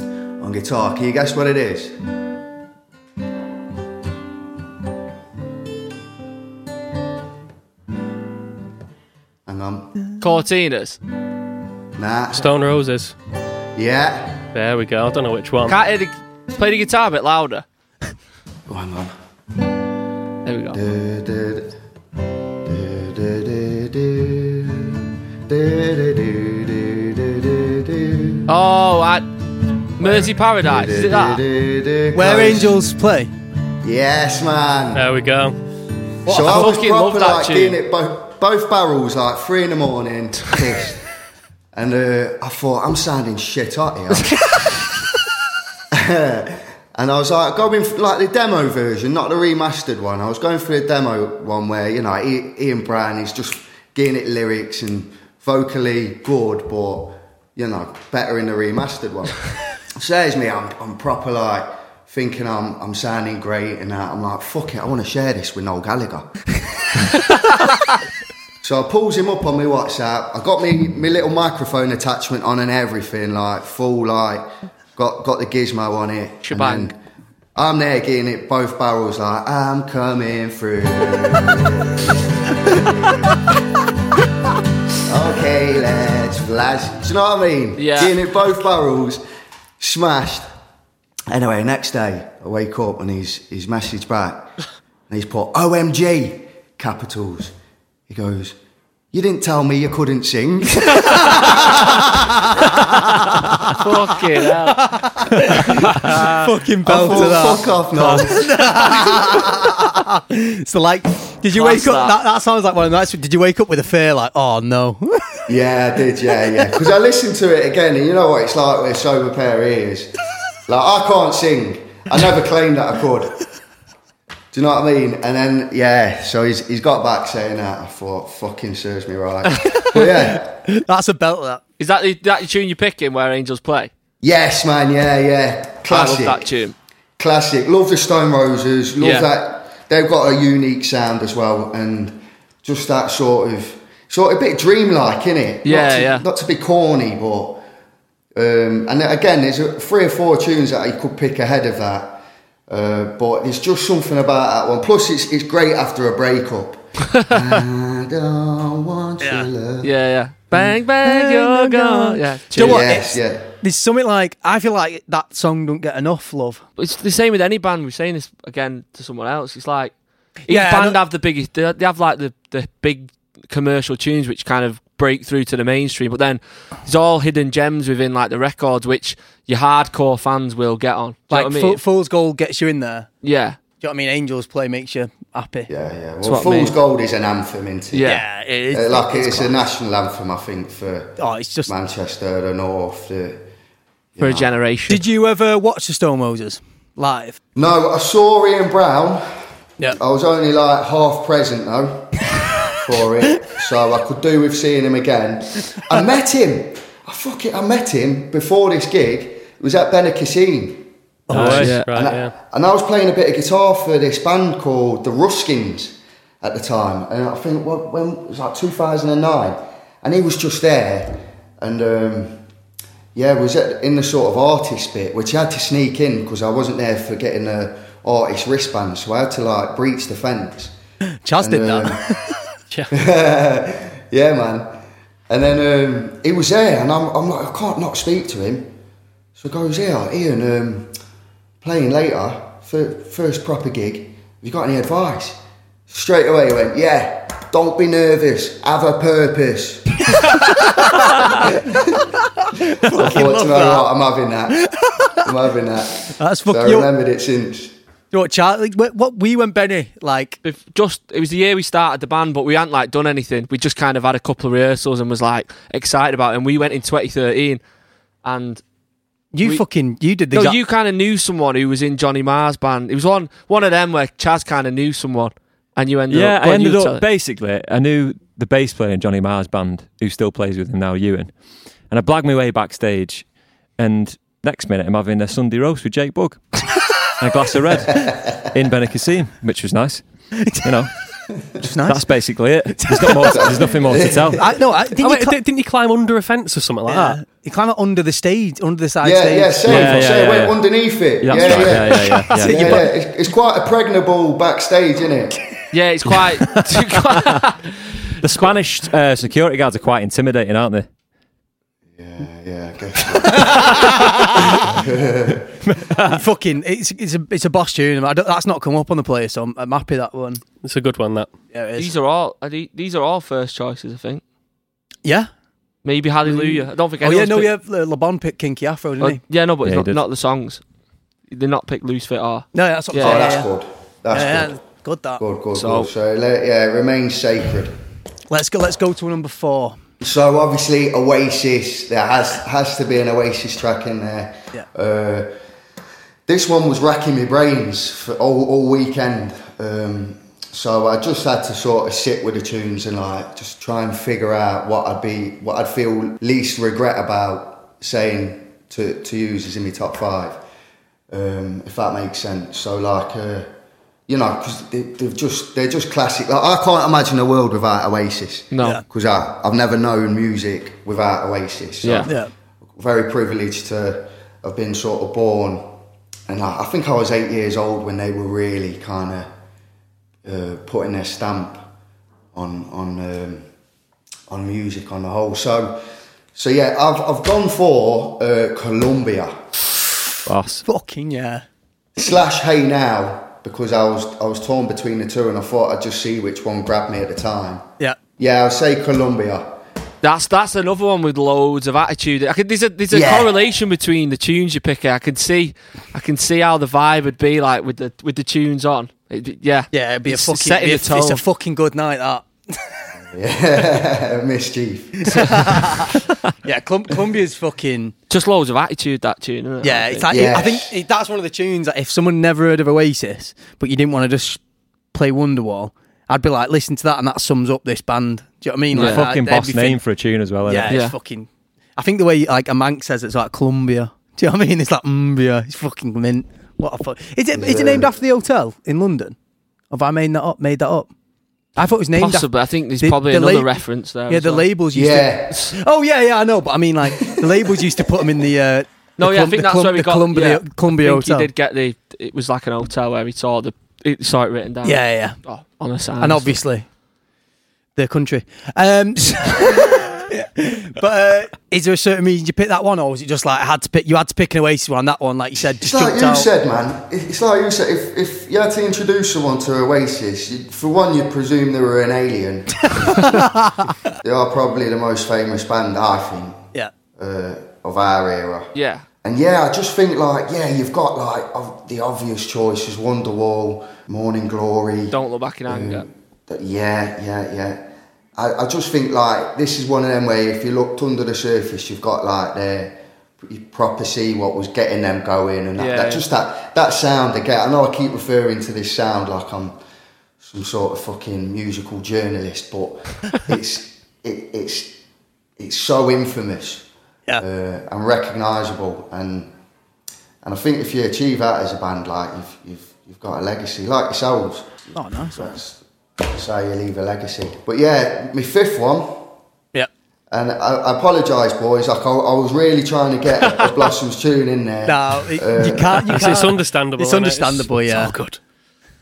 on guitar. Can you guess what it is? Hang on.
Cortinas.
Nah.
Stone Roses.
Yeah.
There we go. I don't know which one.
Can't hear the, play the guitar a bit louder.
Oh, hang on.
There we go.
Where
Oh, at Mersey Paradise. Is it that?
Where angels play.
Yes, man.
There we go.
so I was
fucking love
proper
that
like
tune.
doing it both, both barrels, like three in the morning, pissed. and uh, I thought I'm sounding shit hot here. and I was like going for, like the demo version, not the remastered one. I was going for the demo one where you know I- Ian Brown is just getting it lyrics and vocally good, but you know better in the remastered one. Says me, I'm, I'm proper like thinking I'm I'm sounding great and that. I'm like fuck it, I want to share this with Noel Gallagher. So I pulls him up on my WhatsApp. I got me my little microphone attachment on and everything, like full, like got got the gizmo on it. And
Shebang.
then I'm there getting it both barrels, like I'm coming through. okay, let's flash. Do you know what I mean?
Yeah.
Getting it both barrels, smashed. Anyway, next day I wake up and he's he's messaged back and he's put OMG capitals. He goes, "You didn't tell me you couldn't sing."
Fucking hell.
Fucking
Oh,
bell to that.
fuck off, no.
So like, did you
Class
wake up?
that.
That, that sounds like one of the nights. Did you wake up with a fear? Like, oh no.
yeah, I did, yeah, yeah. Because I listened to it again, and you know what it's like with a sober pair of ears. Like, I can't sing. I never claimed that I could. Do you know what I mean? And then, yeah, so he's, he's got back saying that. I thought, fucking serves me right. But yeah,
That's a belt. That
Is that the, that the tune you're picking where angels play?
Yes, man. Yeah, yeah. Classic.
I love that tune.
Classic. Love the Stone Roses. Love
Yeah.
that. They've got a unique sound as well, and just that sort of sort of bit dreamlike, innit?
Yeah,
not to,
yeah.
Not to be corny, but um, and again, there's a- three or four tunes that you could pick ahead of that. Uh, but there's just something about that one. Plus, it's it's great after a breakup. I don't want your love.
Yeah, yeah. Bang, bang, you're gone. Yeah.
Do you know what?
Yes,
It's-
yeah.
There's something like I feel like that song don't get enough love.
It's the same with any band. We're saying this again to someone else. It's like each
Yeah, I
band
know-
have the biggest. They, they have like the the big commercial tunes which kind of break through to the mainstream. But then there's all hidden gems within like the records which your hardcore fans will get on. Do you know
Like
what I
Fool-
mean?
Fool's Gold gets you in there.
yeah,
Do you know what I mean? Angels play makes you happy.
Yeah, yeah.
what
Well,
I
Fool's
mean.
Gold is an anthem, isn't it?
Yeah.
Yeah, it is.
Uh, like it's,
it's
a national anthem, I think, for
oh, it's just.
Manchester, the North. The...
for a generation.
Did you ever watch the Stone Roses live?
No, I saw Ian Brown.
Yeah.
I was only like half present though for it, so I could do with seeing him again. I met him. I fuck it. I met him before this gig. It was at Benicassin.
Nice,
yeah.
Right,
and, I,
yeah.
and I was playing a bit of guitar for this band called the Ruskins at the time, and I think what, when it was like 2009, and he was just there, and um, yeah, was at, in the sort of artist bit, which I had to sneak in because I wasn't there for getting the artist wristband, so I had to like breach the fence.
Chaz did
And,
that.
Yeah, man. And then um, he was there, and I'm, I'm like, I can't not speak to him. So I goes, yeah, Ian, um, playing later, fir- first proper gig, have you got any advice? Straight away he went, yeah, don't be nervous, have a purpose. I thought, "Do you know what, I'm having that. I'm having that.
That's
So I
fucking. You
remembered it since.
know what, Charlie? like, What, what we went Benny like?
Bef- just it was the year we started the band, but we hadn't like done anything. We just kind of had a couple of rehearsals and was like excited about it. And we went in 2013, and
You
We-
fucking. You did the.
no,
exact-
you kind of knew someone who was in Johnny Marr's band. It was one one of them where Chaz kind of knew someone, and you ended
Yeah,
up.
I
go on, you
ended
tell
up
it.
basically. I knew the bass player in Johnny Marr's band, who still plays with him now, Ewan. And I blagged my way backstage, and next minute I'm having a Sunday roast with Jake Bug and a glass of red in Benicassim, which was nice. You know,
It's nice.
that's basically it. There's, not more to- there's nothing more to tell.
I no. I, didn't,
Oh,
you
wait,
cli-
di- didn't you climb under a fence or something like
yeah.
that?
You climb up under the stage, under the side
Yeah,
stage.
yeah, same,
Yeah, yeah,
same,
yeah,
went
yeah.
underneath it. Yeah,
That's
yeah,
right, yeah, yeah, yeah, yeah.
Yeah, yeah, It's, it's quite a pregnable backstage, isn't it?
Yeah, it's quite.
The Spanish uh, security guards are quite intimidating, aren't they?
Yeah, yeah, I guess.
Fucking. It's it's a it's a boss tune. I don't, that's not come up on the playlist, so I'm, I'm happy that one.
It's a good one, that.
Yeah, it is.
these are all are the- these are all first choices, I think.
yeah.
Maybe Hallelujah. I don't think.
Oh yeah,
anyone's
no,
picked-
yeah. Le- LeBron picked Kinky Afro, didn't
Oh,
he?
yeah, no, but
Yeah,
it's
he
not,
did.
not the songs. They're not pick loose fit R.
No, that's what I'm
Yeah,
Oh,
saying.
that's
yeah,
good. That's
yeah, yeah,
good.
good that.
Good, good,
So-
good. So let, yeah, it remains sacred.
Let's go. Let's go to number four.
So obviously Oasis, there has has to be an Oasis track in there.
Yeah.
Uh, this one was racking my brains for all, all weekend. Um, so I just had to sort of sit with the tunes and like just try and figure out what I'd be, what I'd feel least regret about saying to to use as in my top five, um, if that makes sense. So like, uh, you know, because they, they've just they're just classic. Like I can't imagine a world without Oasis.
No. Yeah.
because I I've never known music without Oasis. So
Yeah.
Yeah.
very privileged to have been sort of born, and I, I think I was eight years old when they were really kind of uh, putting their stamp on on um, on music on the whole. So, so yeah, I've I've gone for uh, Columbia
Boss.
Fucking yeah.
slash Hey Now because I was I was torn between the two, and I thought I'd just see which one grabbed me at the time.
Yeah.
Yeah, I'll say Columbia.
That's that's another one with loads of attitude. I could, there's a there's a
Yeah.
correlation between the tunes you're picking. I can see I can see how the vibe would be like with the with the tunes on. It, yeah,
Yeah, it'd be
It's
a fucking.
setting the
it's, it's
tone.
a fucking good night. That.
Yeah, mischief.
Yeah, Clum- Columbia's fucking.
just loads of attitude that tune. Isn't it,
Yeah,
I
it's
think?
like
Yeah.
I think it, that's one of the tunes that if someone never heard of Oasis, but you didn't want to just play Wonderwall, I'd be like, listen to that, and that sums up this band. Do you know what I mean? Like,
Yeah.
Fucking
that-
boss
everything-
name for a tune as well.
Yeah,
Yeah.
Yeah.
uh, it's fucking. I think the way like a mank says it's like Columbia. Do you know what I mean? It's like Umbia. It's fucking mint. What a fuck. Is it? Is it named after the hotel in London? Have I made that up? Made that up? I thought it was named after.
possibly. I think there's
the-
probably
the
another
late-
reference there.
Yeah,
as
the
well.
labels used
Yeah.
to. Oh yeah, yeah, I know, but I mean, like the labels used to put them in the. Uh,
No,
the
yeah, I
Clum-
think
the
that's
Clum-
where we
the
got.
Columbia,
yeah,
Columbia
I think
Hotel.
He did get the. It was like an hotel where he saw the. He saw it written down.
Yeah, yeah,
oh, on a sign.
and obviously, the country. Um, so- but uh, is there a certain reason you picked that one, or was it just like I had to pick? You had to pick an Oasis one. That one, like you said, just
It's like
jumped
you
out.
said, man. It- It's like you said. If, if you had to introduce someone to Oasis, you'd, for one, you'd presume they were an alien. they are probably the most famous band, I think,
yeah,
uh, of our era.
Yeah.
And yeah, I just think like, yeah, you've got like of, the obvious choices: Wonderwall, Morning Glory.
Don't look back in anger.
Th- Yeah, yeah, yeah. I, I just think like this is one of them where if you looked under the surface, you've got like the you proper see what was getting them going and that,
Yeah,
that
yeah.
just that that sound again. I know I keep referring to this sound like I'm some sort of fucking musical journalist, but it's it, it's it's so infamous
yeah.
uh, and recognisable and and I think if you achieve that as a band, like you've you've, you've got a legacy like yourselves.
oh, nice.
That's so you leave a legacy. But yeah, my fifth one,
Yeah.
and I, I apologise, boys. Like I, I was really trying to get a Blossoms tune in there.
No, it, you can't. You
It's,
can't.
it's understandable.
It's
isn't it?
understandable,
it's,
yeah.
It's all good.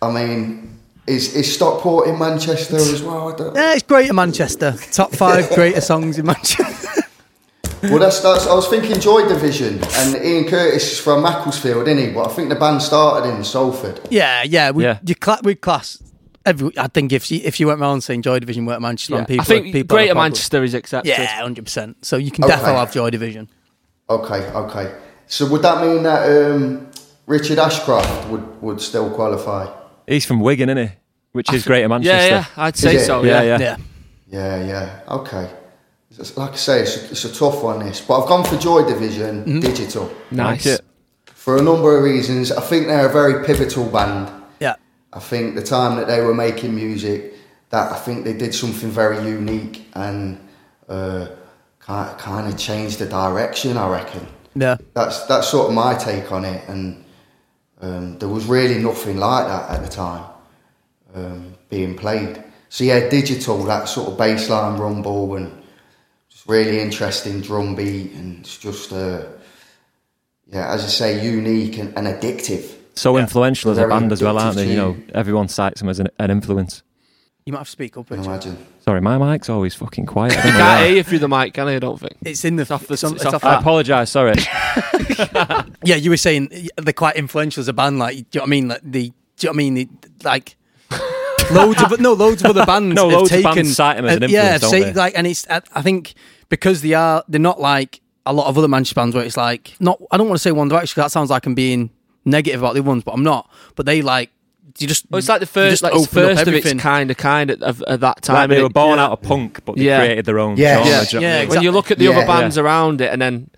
I mean, is is Stockport in Manchester as well? I don't,
Yeah, it's greater Manchester. Top five greater songs in Manchester.
well, that's, that's I was thinking Joy Division, and Ian Curtis is from Macclesfield, isn't he? But I think the band started in Salford.
Yeah, yeah. We,
Yeah.
You cla- we class. Every, I think if you, if you went round saying Joy Division were at Manchester,
Yeah.
and people,
I think
people
Greater
have probably-
Manchester is accepted.
Yeah, hundred percent. So you can
Okay.
definitely have Joy Division.
Okay, okay. So would that mean that um, Richard Ashcroft would would still qualify?
He's from Wigan, isn't he? Which is Greater Manchester.
Yeah, yeah, I'd say
it?
so.
Yeah,
Yeah,
yeah.
Yeah,
Yeah, yeah. Okay. It's- Like I say, it's a, it's a tough one, this. But I've gone for Joy Division Digital
Nice.
Like it.
for a number of reasons. I think they're a very pivotal band.
yeah,
I think the time that they were making music, that I think they did something very unique and uh, kind, kind of changed the direction, I reckon.
yeah,
That's, that's sort of my take on it. And um, there was really nothing like that at the time um, being played. So yeah, digital, that sort of bassline rumble and just really interesting drum beat and it's just uh, yeah, as I say, unique and, and addictive.
So influential as a
Very
band as well, aren't
addictive
they? You know,
tune.
everyone cites them as an, an influence.
You might have to speak up,
I
Richard.
imagine.
Sorry, my mic's always fucking quiet. I, don't know
Can't
why.
hear you through the mic, can I? I don't think.
It's in the.
off the-
it's on-
it's
it's off
off
I
that.
apologise. Sorry.
Yeah, you were saying y- they're quite influential as a band. Like, do you know what I mean? Like the, do you know what I mean? The, like. loads of no, loads of other bands.
No,
have
loads of
taken,
bands cite 'em as an
uh, yeah,
influence, don't
say-
they?
like, and it's I, I think because they are they're not like a lot of other Manchester bands where it's like not. I don't want to say One Direction 'cause that sounds like I'm being negative about the other ones, but I'm not. But they like you just.
Well, it's like the
you
first,
just
like it's
open up
first of its
everything.
kind of kind at, of, at that time.
Like they
innit?
were born
Yeah.
out of punk, but they
Yeah.
created their own
Yeah.
genre. do
Yeah.
you know what
Yeah,
I mean?
exactly.
When you look at the
Yeah.
other bands around it, and then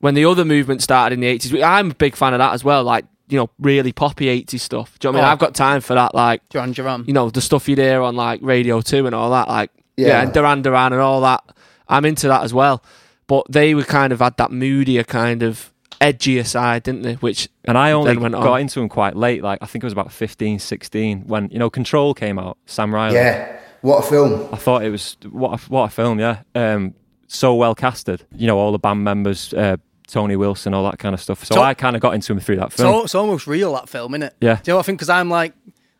when the other movement started in the eighties, I'm a big fan of that as well. Like you know, really poppy eighties stuff. Do you know what I mean?
Oh.
I've got time for that. Like
Duran Duran.
you know, the stuff you'd hear on like Radio Two and all that. Like yeah,
Yeah.
and Duran Duran and all that. I'm into that as well. But they were kind of had that moodier kind of edgier side, didn't they? Which
And I only
Then went
got
on.
into them quite late. Like I think it was about 15, 16 when you know Control came out. Sam Riley.
Yeah, what a film.
I thought it was what a, what a film. Yeah. Um, so well casted. You know all the band members, uh, Tony Wilson, all that kind of stuff. So,
So-
I kind of got into him through that film.
So it's almost real that film, isn't it?
Yeah.
Do you know what I think? Because I'm like,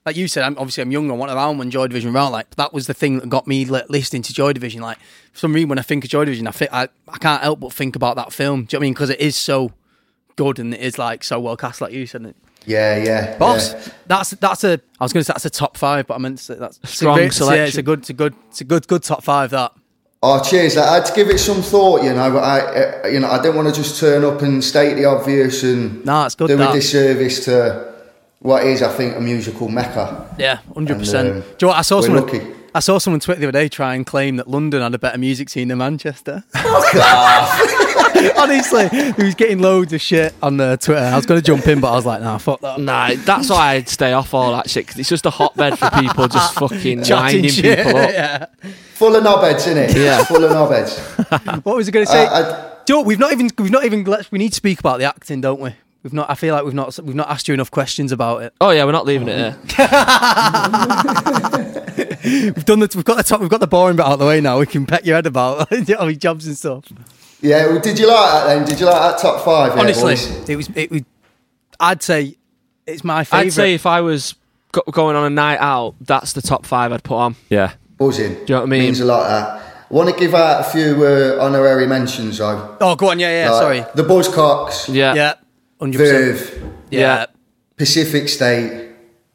like you said, I'm obviously I'm young. I went around when Joy Division were out. Like that was the thing that got me li- listening to Joy Division. Like for some reason, when I think of Joy Division, I think I, I can't help but think about that film. Do you know what I mean? Because it is so good and it is like so well cast, like you said. Isn't it?
Yeah, yeah.
Boss,
yeah.
that's that's a. I was going to say that's a top five, but I meant to say that's it's a
Strong
great- it's a-
selection.
It's a good, it's a good, it's a good, good top five. That
Oh, cheers! I had to give it some thought, you know. I, I you know, I didn't want to just turn up and state the obvious and
No, it's good
do
that.
a disservice to what is, I think, a musical mecca.
Yeah, hundred
And,
percent.
um,
Do you know what I saw?
we're
Someone,
lucky.
I saw someone tweet the other day try and claim that London had a better music scene than Manchester.
Oh,
Honestly, he was getting loads of shit on uh, Twitter. I was going to jump in, but I was like, nah, fuck that.
Nah, that's why I'd stay off all that shit 'cause it's just a hotbed for people just fucking
Chatting
winding
shit.
people up.
yeah.
Full of knobheads, innit?
Yeah.
Full of knobheads.
What was I going to
Uh, I,
say?
I,
Do you know what, we've not even we've not even let we need to speak about the acting, don't we? We've not. I feel like we've not we've not asked you enough questions about it.
Oh yeah, we're not leaving it here.
We've done the we've got the top, we've got the boring bit out of the way now. We can pet your head about all your jobs and stuff.
yeah, well, did you like that then? Did you like that top five? Yeah,
Honestly,
boys?
it was it. Was, I'd say it's my favorite.
I'd say if I was go- going on a night out, that's the top five I'd put on.
Yeah.
buzzing. Do
you know what I mean?
Means a lot. That. I want to give out a few uh, honorary mentions though.
Oh, go on. Yeah, yeah.
Like,
sorry.
The Buzzcocks,
Yeah.
Yeah, hundred percent.
Verve,
Yeah.
Pacific State.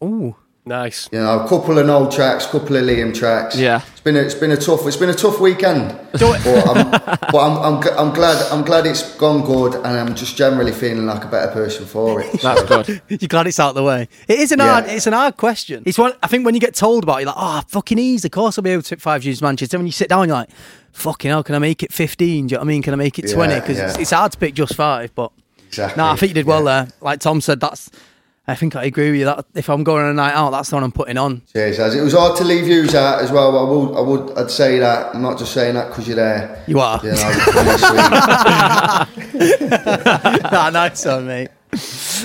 Ooh.
Nice.
You know, a couple of old tracks, couple of Liam tracks.
Yeah.
it's been a, it's been a tough it's been a tough weekend.
Do it.
but I'm, but I'm, I'm, gl- I'm glad I'm glad it's gone good, and I'm just generally feeling like a better person for it.
That's good.
You're glad it's out the way. It is an
Yeah.
hard. It's an hard question. It's one. I think when you get told about it, you're like, oh, fucking easy. Of course, I'll be able to hit five years Manchester. When you sit down, you're like, fucking hell, can I make it 15? Do you know what I mean? Can I make it
Yeah,
20? Because
yeah.
it's, it's hard to pick just five. But
Exactly.
no, I think you did well
Yeah.
there. Like Tom said, that's. I think I agree with you. That if I'm going on a night out, that's the one I'm putting on.
Cheers, lads. It was hard to leave yous out as well. I would, I would, I'd say that. I'm not just saying that because you're there.
You are.
You know, honestly.
nah, nice one, mate.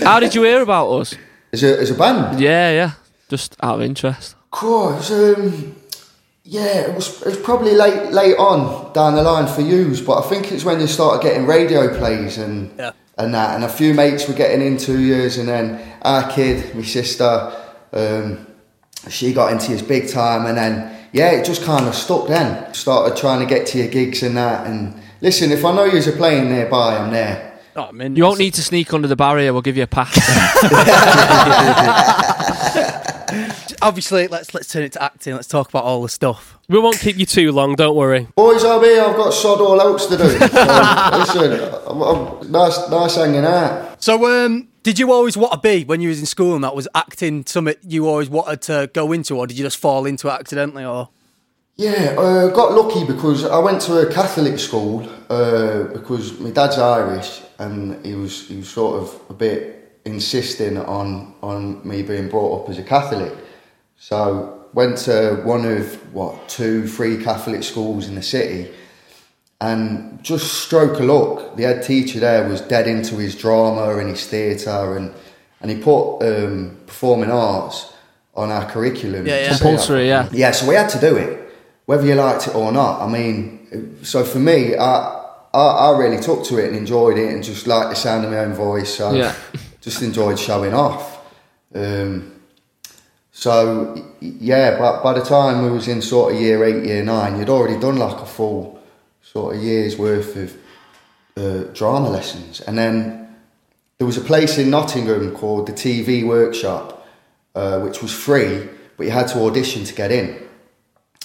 How did you hear about us?
as a as a band.
Yeah, yeah. Just out of interest.
Cool. It was, um, yeah, it was, it was probably late late on down the line for yous, but I think it's when you started getting radio plays and
Yeah.
and that, and a few mates were getting into years, and then our kid, my sister, um, she got into his big time, and then yeah, it just kind of stuck. Then started trying to get to your gigs and that, and listen, if I know yous are playing nearby, I'm there.
Oh, I mean,
You won't need to sneak under the barrier. We'll give you a pass.
Obviously, let's let's turn it to acting. Let's talk about all the stuff.
We won't keep you too long. Don't worry.
Boys, I'm here. I've got sod all else to do. So, listen, I'm, I'm, nice, nice hanging out.
So, um, did you always want to be when you was in school and that was acting something you always wanted to go into, or did you just fall into it accidentally? Or
Yeah, uh, got lucky because I went to a Catholic school uh, because my dad's Irish and he was he was sort of a bit insisting on on me being brought up as a Catholic. So went to one of what two three Catholic schools in the city, and just stroke of luck, the head teacher there was dead into his drama and his theatre and and he put um, performing arts on our curriculum.
Yeah, yeah.
to say that-
Compulsory, yeah.
yeah, so we had to do it, whether you liked it or not. I mean, so for me, I, I, I really took to it and enjoyed it and just liked the sound of my own voice. So
Yeah.
just enjoyed showing off. Um, so y- yeah, but by the time we was in sort of year eight, year nine, you'd already done like a full sort of year's worth of uh, drama lessons, and then there was a place in Nottingham called the TV Workshop, uh, which was free, but you had to audition to get in.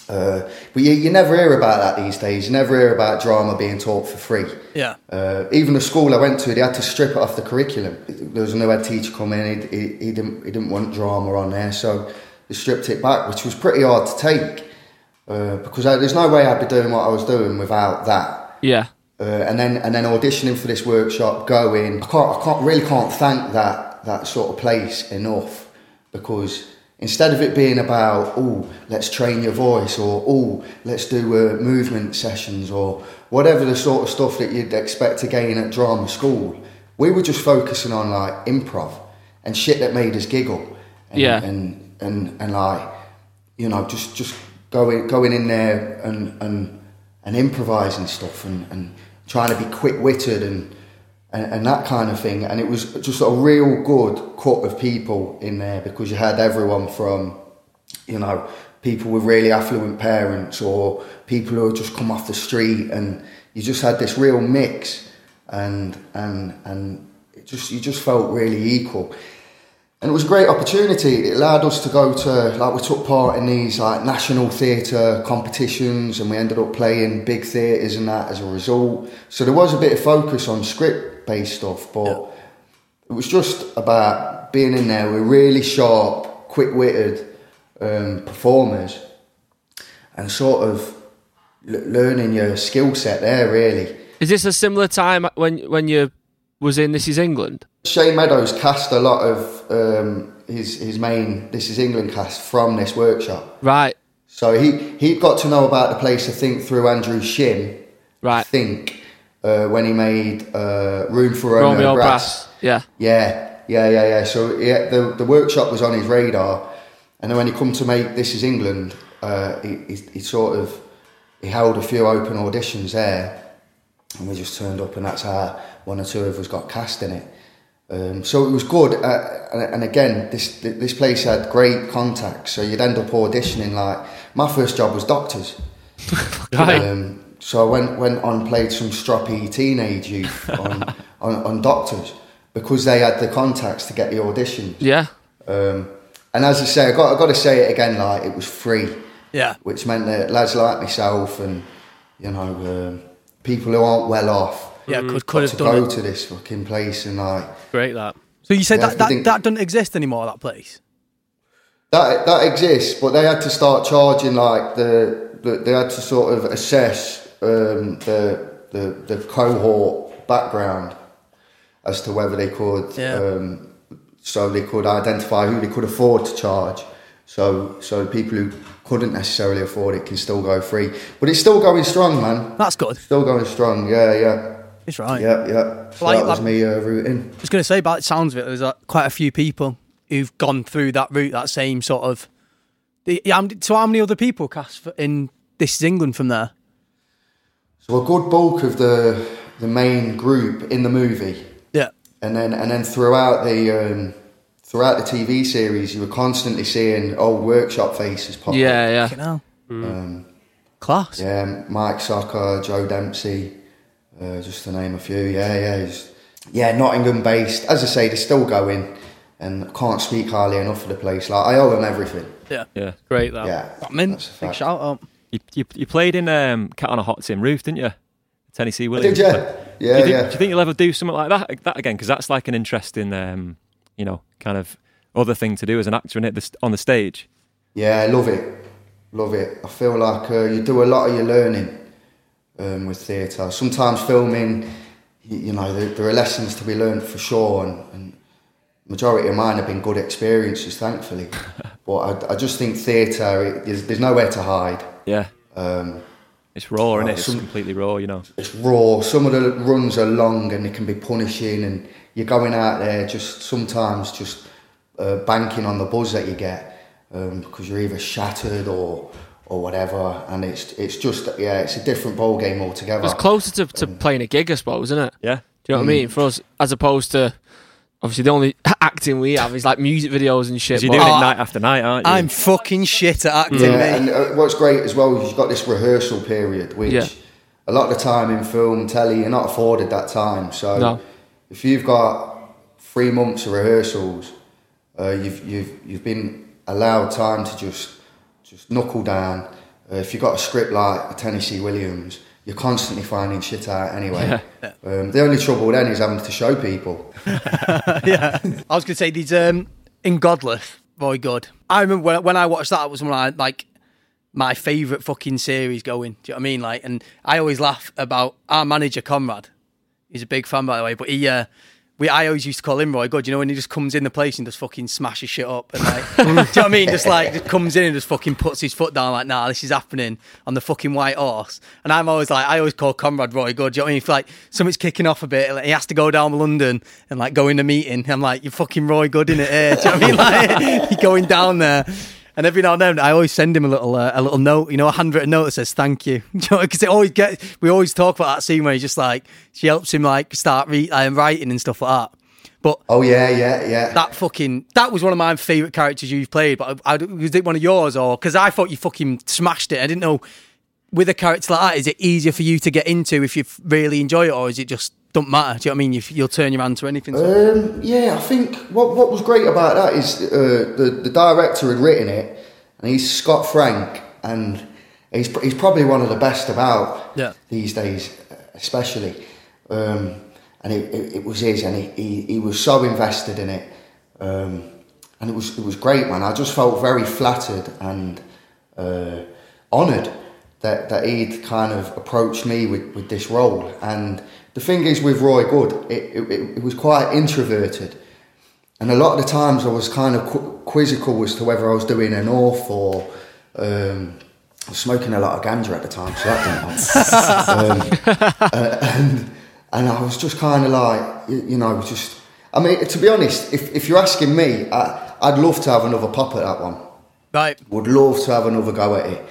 Uh, but you, you never hear about that these days. You never hear about drama being taught for free.
yeah,
Uh, even the school I went to, they had to strip it off the curriculum. There was no head teacher come in. He, he, he didn't he didn't want drama on there, so they stripped it back, which was pretty hard to take uh, because I, there's no way I'd be doing what I was doing without that.
yeah.
Uh, and then and then auditioning for this workshop, going, I can't, I can't really can't thank that that sort of place enough because instead of it being about oh let's train your voice or oh let's do uh, movement sessions or whatever the sort of stuff that you'd expect to gain at drama school, we were just focusing on like improv and shit that made us giggle. And,
Yeah.
and and and like you know just just going going in there and and and improvising stuff and and trying to be quick witted and, and and that kind of thing and it was just a real good cut of people in there because you had everyone from you know people with really affluent parents or people who had just come off the street and you just had this real mix and and and it just you just felt really equal And it was a great opportunity. It allowed us to go to like we took part in these like national theatre competitions, and we ended up playing big theatres and that as a result. So there was a bit of focus on script based stuff, but it was just about being in there with really sharp, quick witted um, performers, and sort of l- learning your skill set there really.
Is this a similar time when when you was in This Is England?
Shane Meadows cast a lot of um, his his main This Is England cast from this workshop.
Right,
So he he got to know about the place I think through Andrew Shim. I
right.
think uh, when he made uh, Room for Romeo,
Romeo
Brass.
Brass. Yeah.
Yeah, yeah, yeah, yeah. So yeah, the the workshop was on his radar, and then when he come to make This Is England, uh, he, he he sort of he held a few open auditions there, and we just turned up, and that's how one or two of us got cast in it. Um, so it was good, uh, and, and again, this this place had great contacts, so you'd end up auditioning. Like my first job was doctors. Um, so I went went on played some stroppy teenage youth on, on, on doctors because they had the contacts to get the audition.
Yeah.
Um, and as I say, I got I got to say it again. Like it was free,
Yeah.
which meant that lads like myself and you know um, people who aren't well off
Yeah, could, could
Mm, to
have
go
done it.
to this fucking place and like
Great that.
So you said
Yeah,
that,
I
that,
think-
that doesn't exist anymore, that place?
That that exists, but they had to start charging like the, the they had to sort of assess um, the, the the cohort background as to whether they could
Yeah.
um, so they could identify who they could afford to charge. So so people who couldn't necessarily afford it can still go free, but it's still going strong, man.
That's good.
Still going strong. Yeah, yeah,
It's right.
yeah, yeah. So
Like-
that was
like-
me uh, rooting.
I was going to say, by the sounds of it, there's uh, quite a few people who've gone through that route, that same sort of. The- yeah, I'm- So how many other people cast for, in This Is England from there?
So a good bulk of the the main group in the movie
Yeah.
and then and then throughout the um, throughout the TV series, you were constantly seeing old workshop faces pop up.
Yeah, yeah.
Fucking hell. Class.
Mm. Yeah, Um, Mike Soccer, Joe Dempsey, uh, just to name a few. Yeah, yeah, he's- yeah. Nottingham based, as I say, they're still going, and I can't speak highly enough of the place. Like I owe them everything.
Yeah.
Great that.
Yeah,
I mean,
a
big
fact.
shout out.
You, you, you played in um, Cat on a Hot Tin Roof, didn't you? Tennessee
Did
Williams.
you?
Like,
Yeah,
do, you think,
yeah.
do you think you'll ever do something like that, that again? Because that's like an interesting, um, you know, kind of other thing to do as an actor in it this, on the stage.
Yeah, I love it. Love it. I feel like uh, you do a lot of your learning um, with theatre. Sometimes filming, you, you know, there, there are lessons to be learned for sure, and, and majority of mine have been good experiences, thankfully. but I, I just think theatre, it, there's, there's nowhere to hide.
Yeah.
Um,
It's raw, and
Oh,
it? It's
some-
completely raw, you know.
it's raw. Some of the runs are long and they can be punishing, and you're going out there just sometimes just uh, banking on the buzz that you get um, because you're either shattered or or whatever, and it's it's just yeah, it's a different ball game altogether.
It was closer to, to playing a gig, I suppose, isn't it?
Yeah.
Do you know what I mean? For us, as opposed to obviously the only acting we have is like music videos and shit.
Because you're
but-
doing
Oh,
it night after night, aren't you?
I'm fucking shit at acting,
Yeah,
mate.
and uh, what's great as well is you've got this rehearsal period, which
Yeah.
a lot of the time in film, telly, you're not afforded that time. So
No.
if you've got three months of rehearsals, uh, you've you've you've been allowed time to just just knuckle down. Uh, if you've got a script like Tennessee Williams, you're constantly finding shit out anyway. Um, the only trouble then is having to show people.
I was going to say these um, in Godless, very good. I remember when, when I watched that, it was one of my, like my favourite fucking series going. Do you know what I mean? Like, and I always laugh about our manager Conrad. He's a big fan, by the way, but he. Uh, we, I always used to call him Roy Good, you know, when he just comes in the place and just fucking smashes shit up. And like, do you know what I mean? Just like, just comes in and just fucking puts his foot down, like, nah, this is happening on the fucking white horse. And I'm always like, I always call Conrad Roy Good, do you know what I mean? If like something's kicking off a bit, like, he has to go down to London and like go in a meeting. I'm like, you're fucking Roy Good in it here, do you know what I mean? Like, you're going down there. And every now and then, I always send him a little uh, a little note, you know, a handwritten note that says thank you, because it always get. We always talk about that scene where he just like she helps him like start re- um, writing and stuff like that. But
Oh yeah, yeah, yeah.
that fucking that was one of my favorite characters you've played. But I, I, was it one of yours or because I thought you fucking smashed it? I didn't know with a character like that, is it easier for you to get into if you f- really enjoy it, or is it just don't matter. Do you know what I mean? You, you'll turn your hand to anything. so-
Um, yeah, I think what what was great about that is uh, the the director had written it, and he's Scott Frank, and he's pr- he's probably one of the best about
Yeah.
these days, especially. Um, and it, it, it was his, and he, he, he was so invested in it, um, and it was it was great, man. I just felt very flattered and uh, honoured that that he'd kind of approached me with, with this role. And the thing is, with Roy Good, it, it, it- it was quite introverted. And a lot of the times I was kind of qu- quizzical as to whether I was doing an off or um, I was smoking a lot of ganja at the time, so that didn't help. um, uh, and, and I was just kind of like, you, you know, just. I mean, to be honest, if, if you're asking me, I, I'd love to have another pop at that one
Right.
would love to have another go at it.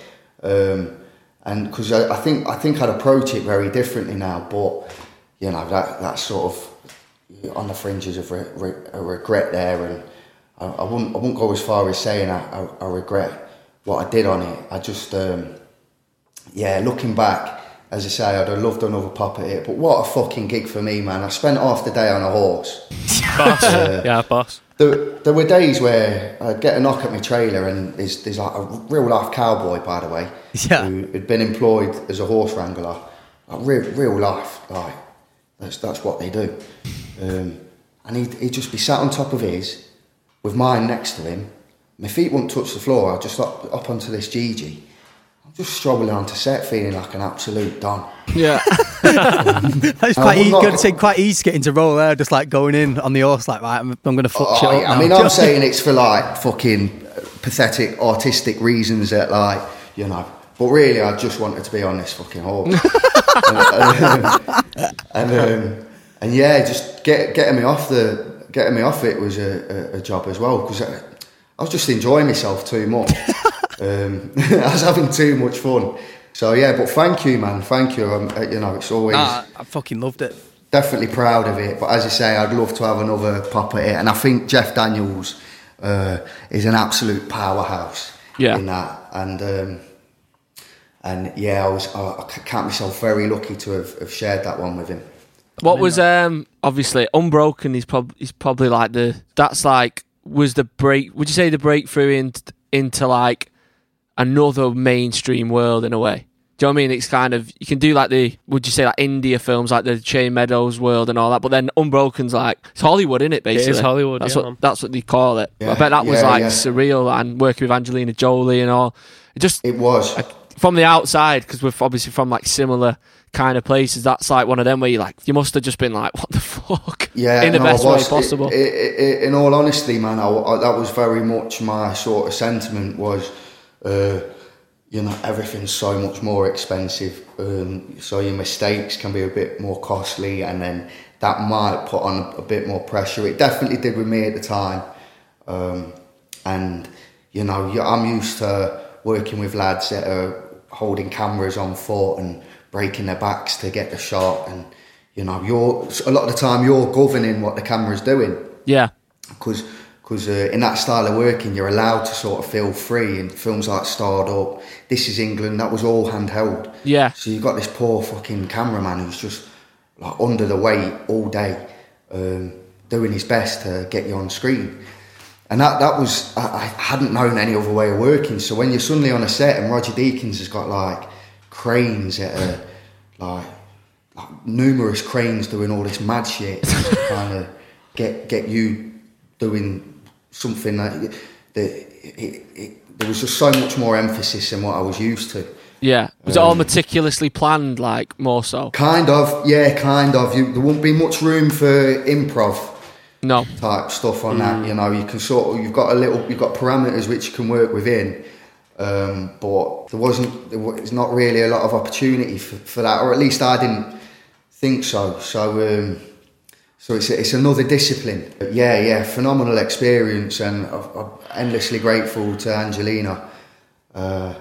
Um, and because I, I think I think I'd approach it very differently now, but you know that that's sort of on the fringes of re, re, a regret there, and I, I wouldn't I wouldn't go as far as saying I, I, I regret what I did on it. I just um, yeah, looking back, as I say, I'd have loved another pop at it, but what a fucking gig for me, man! I spent half the day on a horse
yeah, boss.
there, there were days where I'd get a knock at my trailer, and there's, there's like a real life cowboy, by the way,
Yeah.
who had been employed as a horse wrangler. Like real, real life, like that's, that's what they do. Um, and he'd, he'd just be sat on top of his, with mine next to him. My feet wouldn't touch the floor, I'd just up, up onto this Gigi. I'm just strolling onto set feeling like an absolute don.
Yeah.
That's
I
quite
would
easy.
not-
Going to say quite easy getting to roll there, just like going in on the horse, like right. I'm, I'm going to fuck shit
Oh,
up
yeah,
now.
I mean,
Do you know
I'm
what
saying it's for like fucking pathetic artistic reasons that, like, you know. But really, I just wanted to be on this fucking horse. and, and, um, and yeah, just get, getting me off the getting me off it was a, a, a job as well because I, I was just enjoying myself too much. um, I was having too much fun. So yeah, but thank you, man. Thank you. Um, uh, you know, it's always
Nah, Ah, I fucking loved it.
definitely proud of it. But as I say, I'd love to have another pop at it. And I think Jeff Daniels uh, is an absolute powerhouse
Yeah.
in that. And um, and yeah, I was I, I count myself very lucky to have, have shared that one with him.
What was um obviously unbroken is prob is probably like the that's like was the break would you say the breakthrough in, into like another mainstream world in a way? Do you know what I mean? It's kind of you can do like the would you say like India films like the Chain Meadows world and all that, but then Unbroken's like it's Hollywood, is it?
is
Basically,
Hollywood,
That's
yeah, man.
what that's what they call it.
Yeah,
I bet that was
yeah,
like
yeah.
surreal and working with Angelina Jolie and all. It just
It was.
from the outside because we're obviously from like similar kind of places. That's like one of them where you like you must have just been like, what the fuck?
Yeah,
in the
no,
best
I
way
was.
possible.
I- I- I- in all honesty, man, I, I- that was very much my sort of sentiment was, uh, you know, everything's so much more expensive, um, so your mistakes can be a bit more costly, and then that might put on a bit more pressure. It definitely did with me at the time, um, and you know, you- I'm used to working with lads that are holding cameras on foot and breaking their backs to get the shot and. You know, you're a lot of the time you're governing what the camera's doing
yeah,
because because uh, in that style of working you're allowed to sort of feel free. And films like Starred Up, This Is England, that was all handheld.
yeah,
So you've got this poor fucking cameraman who's just like under the weight all day, um, doing his best to get you on screen. And that, that was, I, I hadn't known any other way of working. So when you're suddenly on a set and Roger Deakins has got like cranes that are like, like numerous cranes doing all this mad shit, trying to get, get you doing something that, that it, it, it, there was just so much more emphasis than what I was used to.
yeah. Was
Um,
it all meticulously planned? Like more so?
Kind of, yeah, kind of. You, there won't be much room for improv
No.
type stuff on that. You know, you can sort of, you've got a little, you've got parameters which you can work within, um, but there wasn't, there was not really a lot of opportunity for, for that, or at least I didn't think so. So, um, so it's it's another discipline. But yeah, yeah, phenomenal experience, and I'm I'm endlessly grateful to Angelina, uh,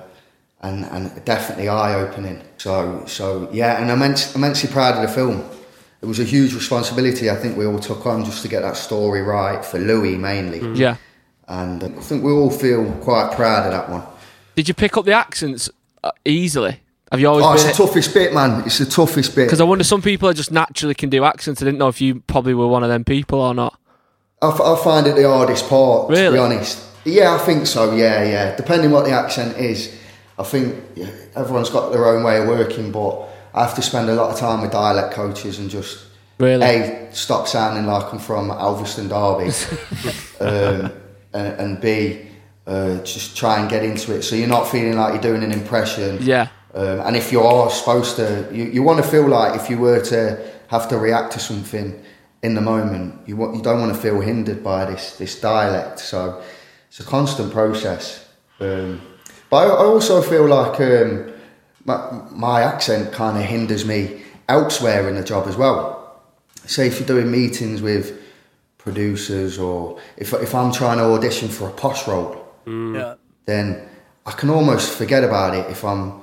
and and definitely eye opening. So so yeah, and immense, immensely proud of the film. It was a huge responsibility I think we all took on just to get that story right for Louis mainly,
Yeah.
and uh, I think we all feel quite proud of that one.
Did you pick up the accents uh, easily? Have you always
Oh, it's
been?
the toughest bit, man. It's the toughest bit.
Because I wonder, some people are just naturally can do accents. I didn't know if you probably were one of them people or not.
I, f- I find it the hardest part, to
Really?
be honest. Yeah, I think so. Yeah, yeah. Depending what the accent is, I think yeah, everyone's got their own way of working, but I have to spend a lot of time with dialect coaches and just
Really?
a stop sounding like I'm from Alveston, Derby, um, and, and b uh, just try and get into it so you're not feeling like you're doing an impression.
Yeah.
Um, and if you are supposed to, you, you want to feel like if you were to have to react to something in the moment, you want, you don't want to feel hindered by this this dialect. So it's a constant process. Um, but I, I also feel like um, my, my accent kind of hinders me elsewhere in the job as well. Say if you're doing meetings with producers or if, if I'm trying to audition for a posh role,
Mm.
Yeah.
then I can almost forget about it if I'm.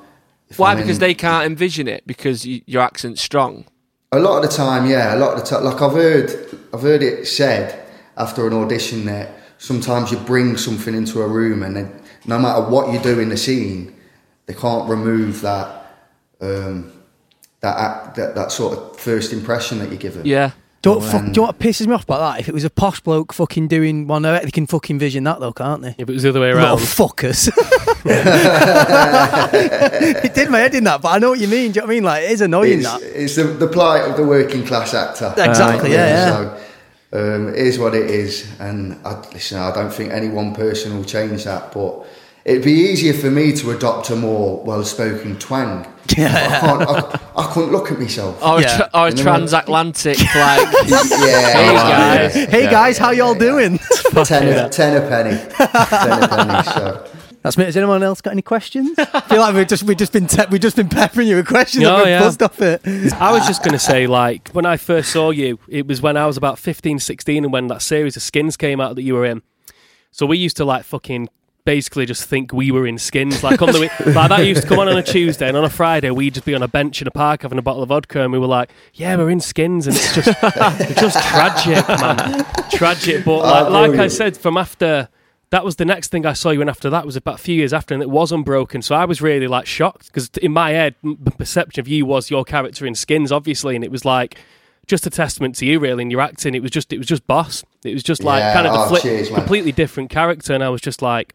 If
Why?
I'm
Because
in-
they can't envision it because y your accent's strong.
A lot of the time, yeah, a lot of the time. Like I've heard, I've heard it said after an audition that sometimes you bring something into a room, and then no matter what you do in the scene, they can't remove that, um, that, act, that that sort of first impression that you give them.
Yeah.
Don't fuck, do you know what pisses me off about that? If it was a posh bloke fucking doing one, they can fucking vision that though, can't they?
If it was the other way
Little
around,
fuckers. it did my head in that, but I know what you mean. Do you know what I mean? Like, it is annoying
it's,
that.
it's the, the plight of the working class actor.
Exactly, yeah, yeah.
So, um, it is what it is, and I, listen, I don't think any one person will change that, but it'd be easier for me to adopt a more well-spoken twang. I, can't, I, I couldn't look at myself.
Or
Yeah.
a, tra- or a
And then when-
transatlantic, like Hey,
yeah, yeah,
guys.
Hey guys, how y'all doing?
ten, a, ten a penny, ten a penny. So.
That's me. Has anyone else got any questions? I feel like we've just we've just been te- we've just been peppering you with questions.
Oh,
and we've
yeah.
buzzed off it.
I was just going to say, like, when I first saw you, it was when I was about 15, 16, and when that series of skins came out that you were in. So we used to, like, fucking basically just think we were in skins. Like, on the week, like that used to come on on a Tuesday, and on a Friday, we'd just be on a bench in a park having a bottle of vodka, and we were like, yeah, we're in skins. And it's just, it's just tragic, man. Tragic. But, like, like I said, from after. That was the next thing I saw you in after that was about a few years after, and it was Unbroken. So I was really like shocked because in my head, m- the perception of you was your character in Skins, obviously, and it was like just a testament to you, really, and your acting. It was just, it was just boss. It was just like
Yeah,
kind of the
oh,
flip,
cheers, man.
completely different character, and I was just like,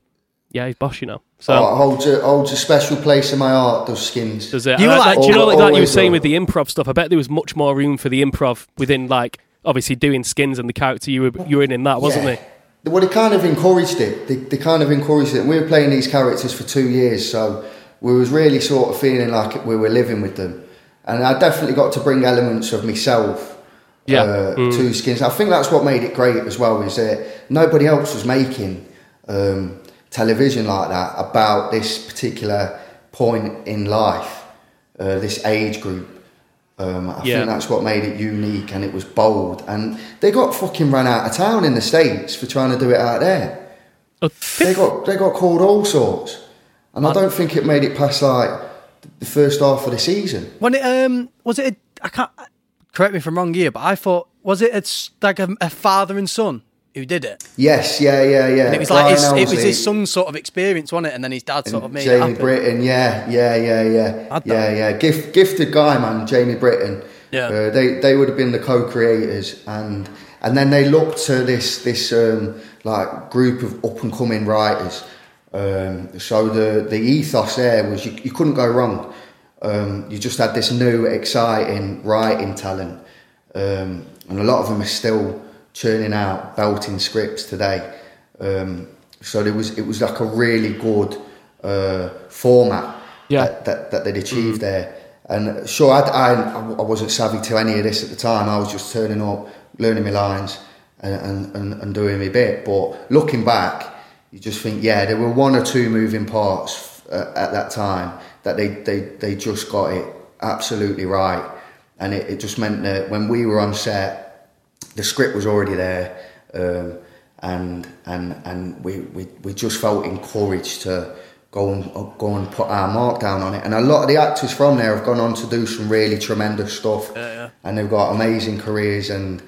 yeah, he's boss, you know. So
oh, it holds, a, holds a special place in my heart. Those skins.
does it?
You
and I-
like-
like, do you know like, that you were
Always
saying
will.
with the improv stuff? I bet there was much more room for the improv within like obviously doing Skins and the character you were you were in in that, wasn't
Yeah.
there?
Well, they kind of encouraged it. They, they kind of encouraged it. We were playing these characters for two years, so we was really sort of feeling like we were living with them. And I definitely got to bring elements of myself
Yeah.
uh,
Mm.
to Skins. I think that's what made it great as well, is that nobody else was making um, television like that about this particular point in life, uh, this age group. Um, I
Yeah.
think that's what made it unique and it was bold. And they got fucking ran out of town in the States for trying to do it out there.
Oh,
They got they got called all sorts. And I don't think it made it past like the first half of the season.
When it um was it a, I can't correct me if I'm wrong here, but I thought was it a s like a, a father and son who did it?
Yes, yeah, yeah, yeah.
And it was like his,
Brian
it was
Elsie.
his son's sort of experience, wasn't it? And then his dad sort of made it
Jamie
happen.
Britton, yeah, yeah, yeah, yeah,
Had
yeah,
that.
yeah. Gift, gifted guy, man, Jamie Britton.
Yeah.
uh, they they would have been the co-creators, and and then they looked to this this um, like group of up and coming writers. Um, so the the ethos there was you, you couldn't go wrong. Um, you just had this new exciting writing talent, um, and a lot of them are still churning out belting scripts today. Um, so there was it was like a really good uh, format Uh,
Yeah.
that, that, that they'd achieved there. And sure, I'd, I I wasn't savvy to any of this at the time. I was just turning up, learning my lines, and, and- and, and doing my bit. But looking back, you just think, yeah, there were one or two moving parts uh, at that time that they, they, they just got it absolutely right. And it, it just meant that when we were on set, the script was already there, um, and and and we, we we just felt encouraged to go and uh, go and put our mark down on it. And a lot of the actors from there have gone on to do some really tremendous stuff, and they've got amazing careers. And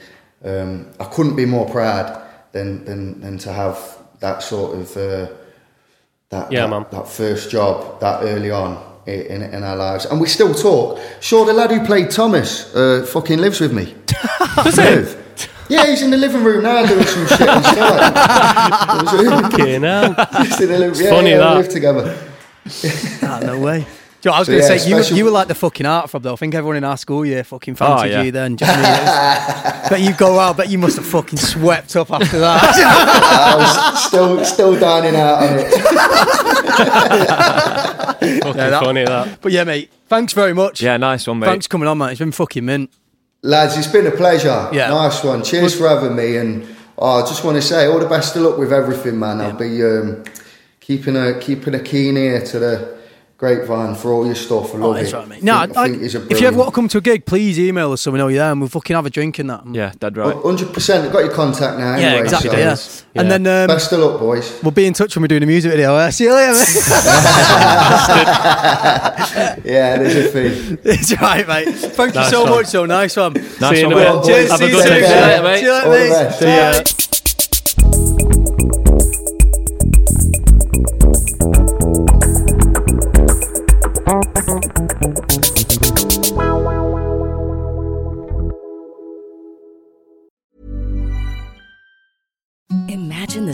um, I couldn't be more proud than than, than to have that sort of uh, that
Yeah,
that,
man.
that first job that early on. i- in, in our lives, and we still talk. Sure, the lad who played Thomas uh, fucking lives with me. Does he? Yeah, he's in the living room now doing some shit and stuff.
Okay, now.
He's in the living- yeah,
funny,
yeah,
that.
We live together.
Ah, no way. Do you know what I was
So,
going to
yeah,
say you, were-
special-
you were like the fucking art from though. I think everyone in our school year fucking fancied
yeah.
you then. Do you know what I mean? but you go out, but you must have fucking swept up after that.
I was still still dining out on it.
Fucking
that-
funny that.
but yeah, mate. Thanks very much.
Yeah, nice one, mate.
Thanks for coming on, mate. It's been fucking mint.
Lads, it's been a pleasure.
Yeah.
Nice one. Cheers for having me. And oh, I just want to say all the best of luck with everything, man. I'll be um, keeping a keeping a keen ear to the grapevine for all your stuff. I love
Oh, that's
it.
right, mate. No, I,
think- Oh, I think it's a
if you ever want to
brilliant-
come to a gig, please email us so we know you're there and we'll fucking have a drink and that.
Yeah, dead right.
100%. I've got your contact now.
Yeah,
anyway,
exactly.
so
Yeah.
it's-
And then um,
Best of luck, boys.
we'll be in touch when we're doing a music video. Uh, see you later, mate.
Yeah, there's a fee.
it's right, mate. Thank you
Nice
so
one.
much, so nice one.
Nice
See you in
one,
a bit.
mate.
Well,
Cheers,
Have
see
a
you
good
soon.
day.
See
See you later,
mate. See you later,
All the
mate.
best.
Yeah.
Imagine the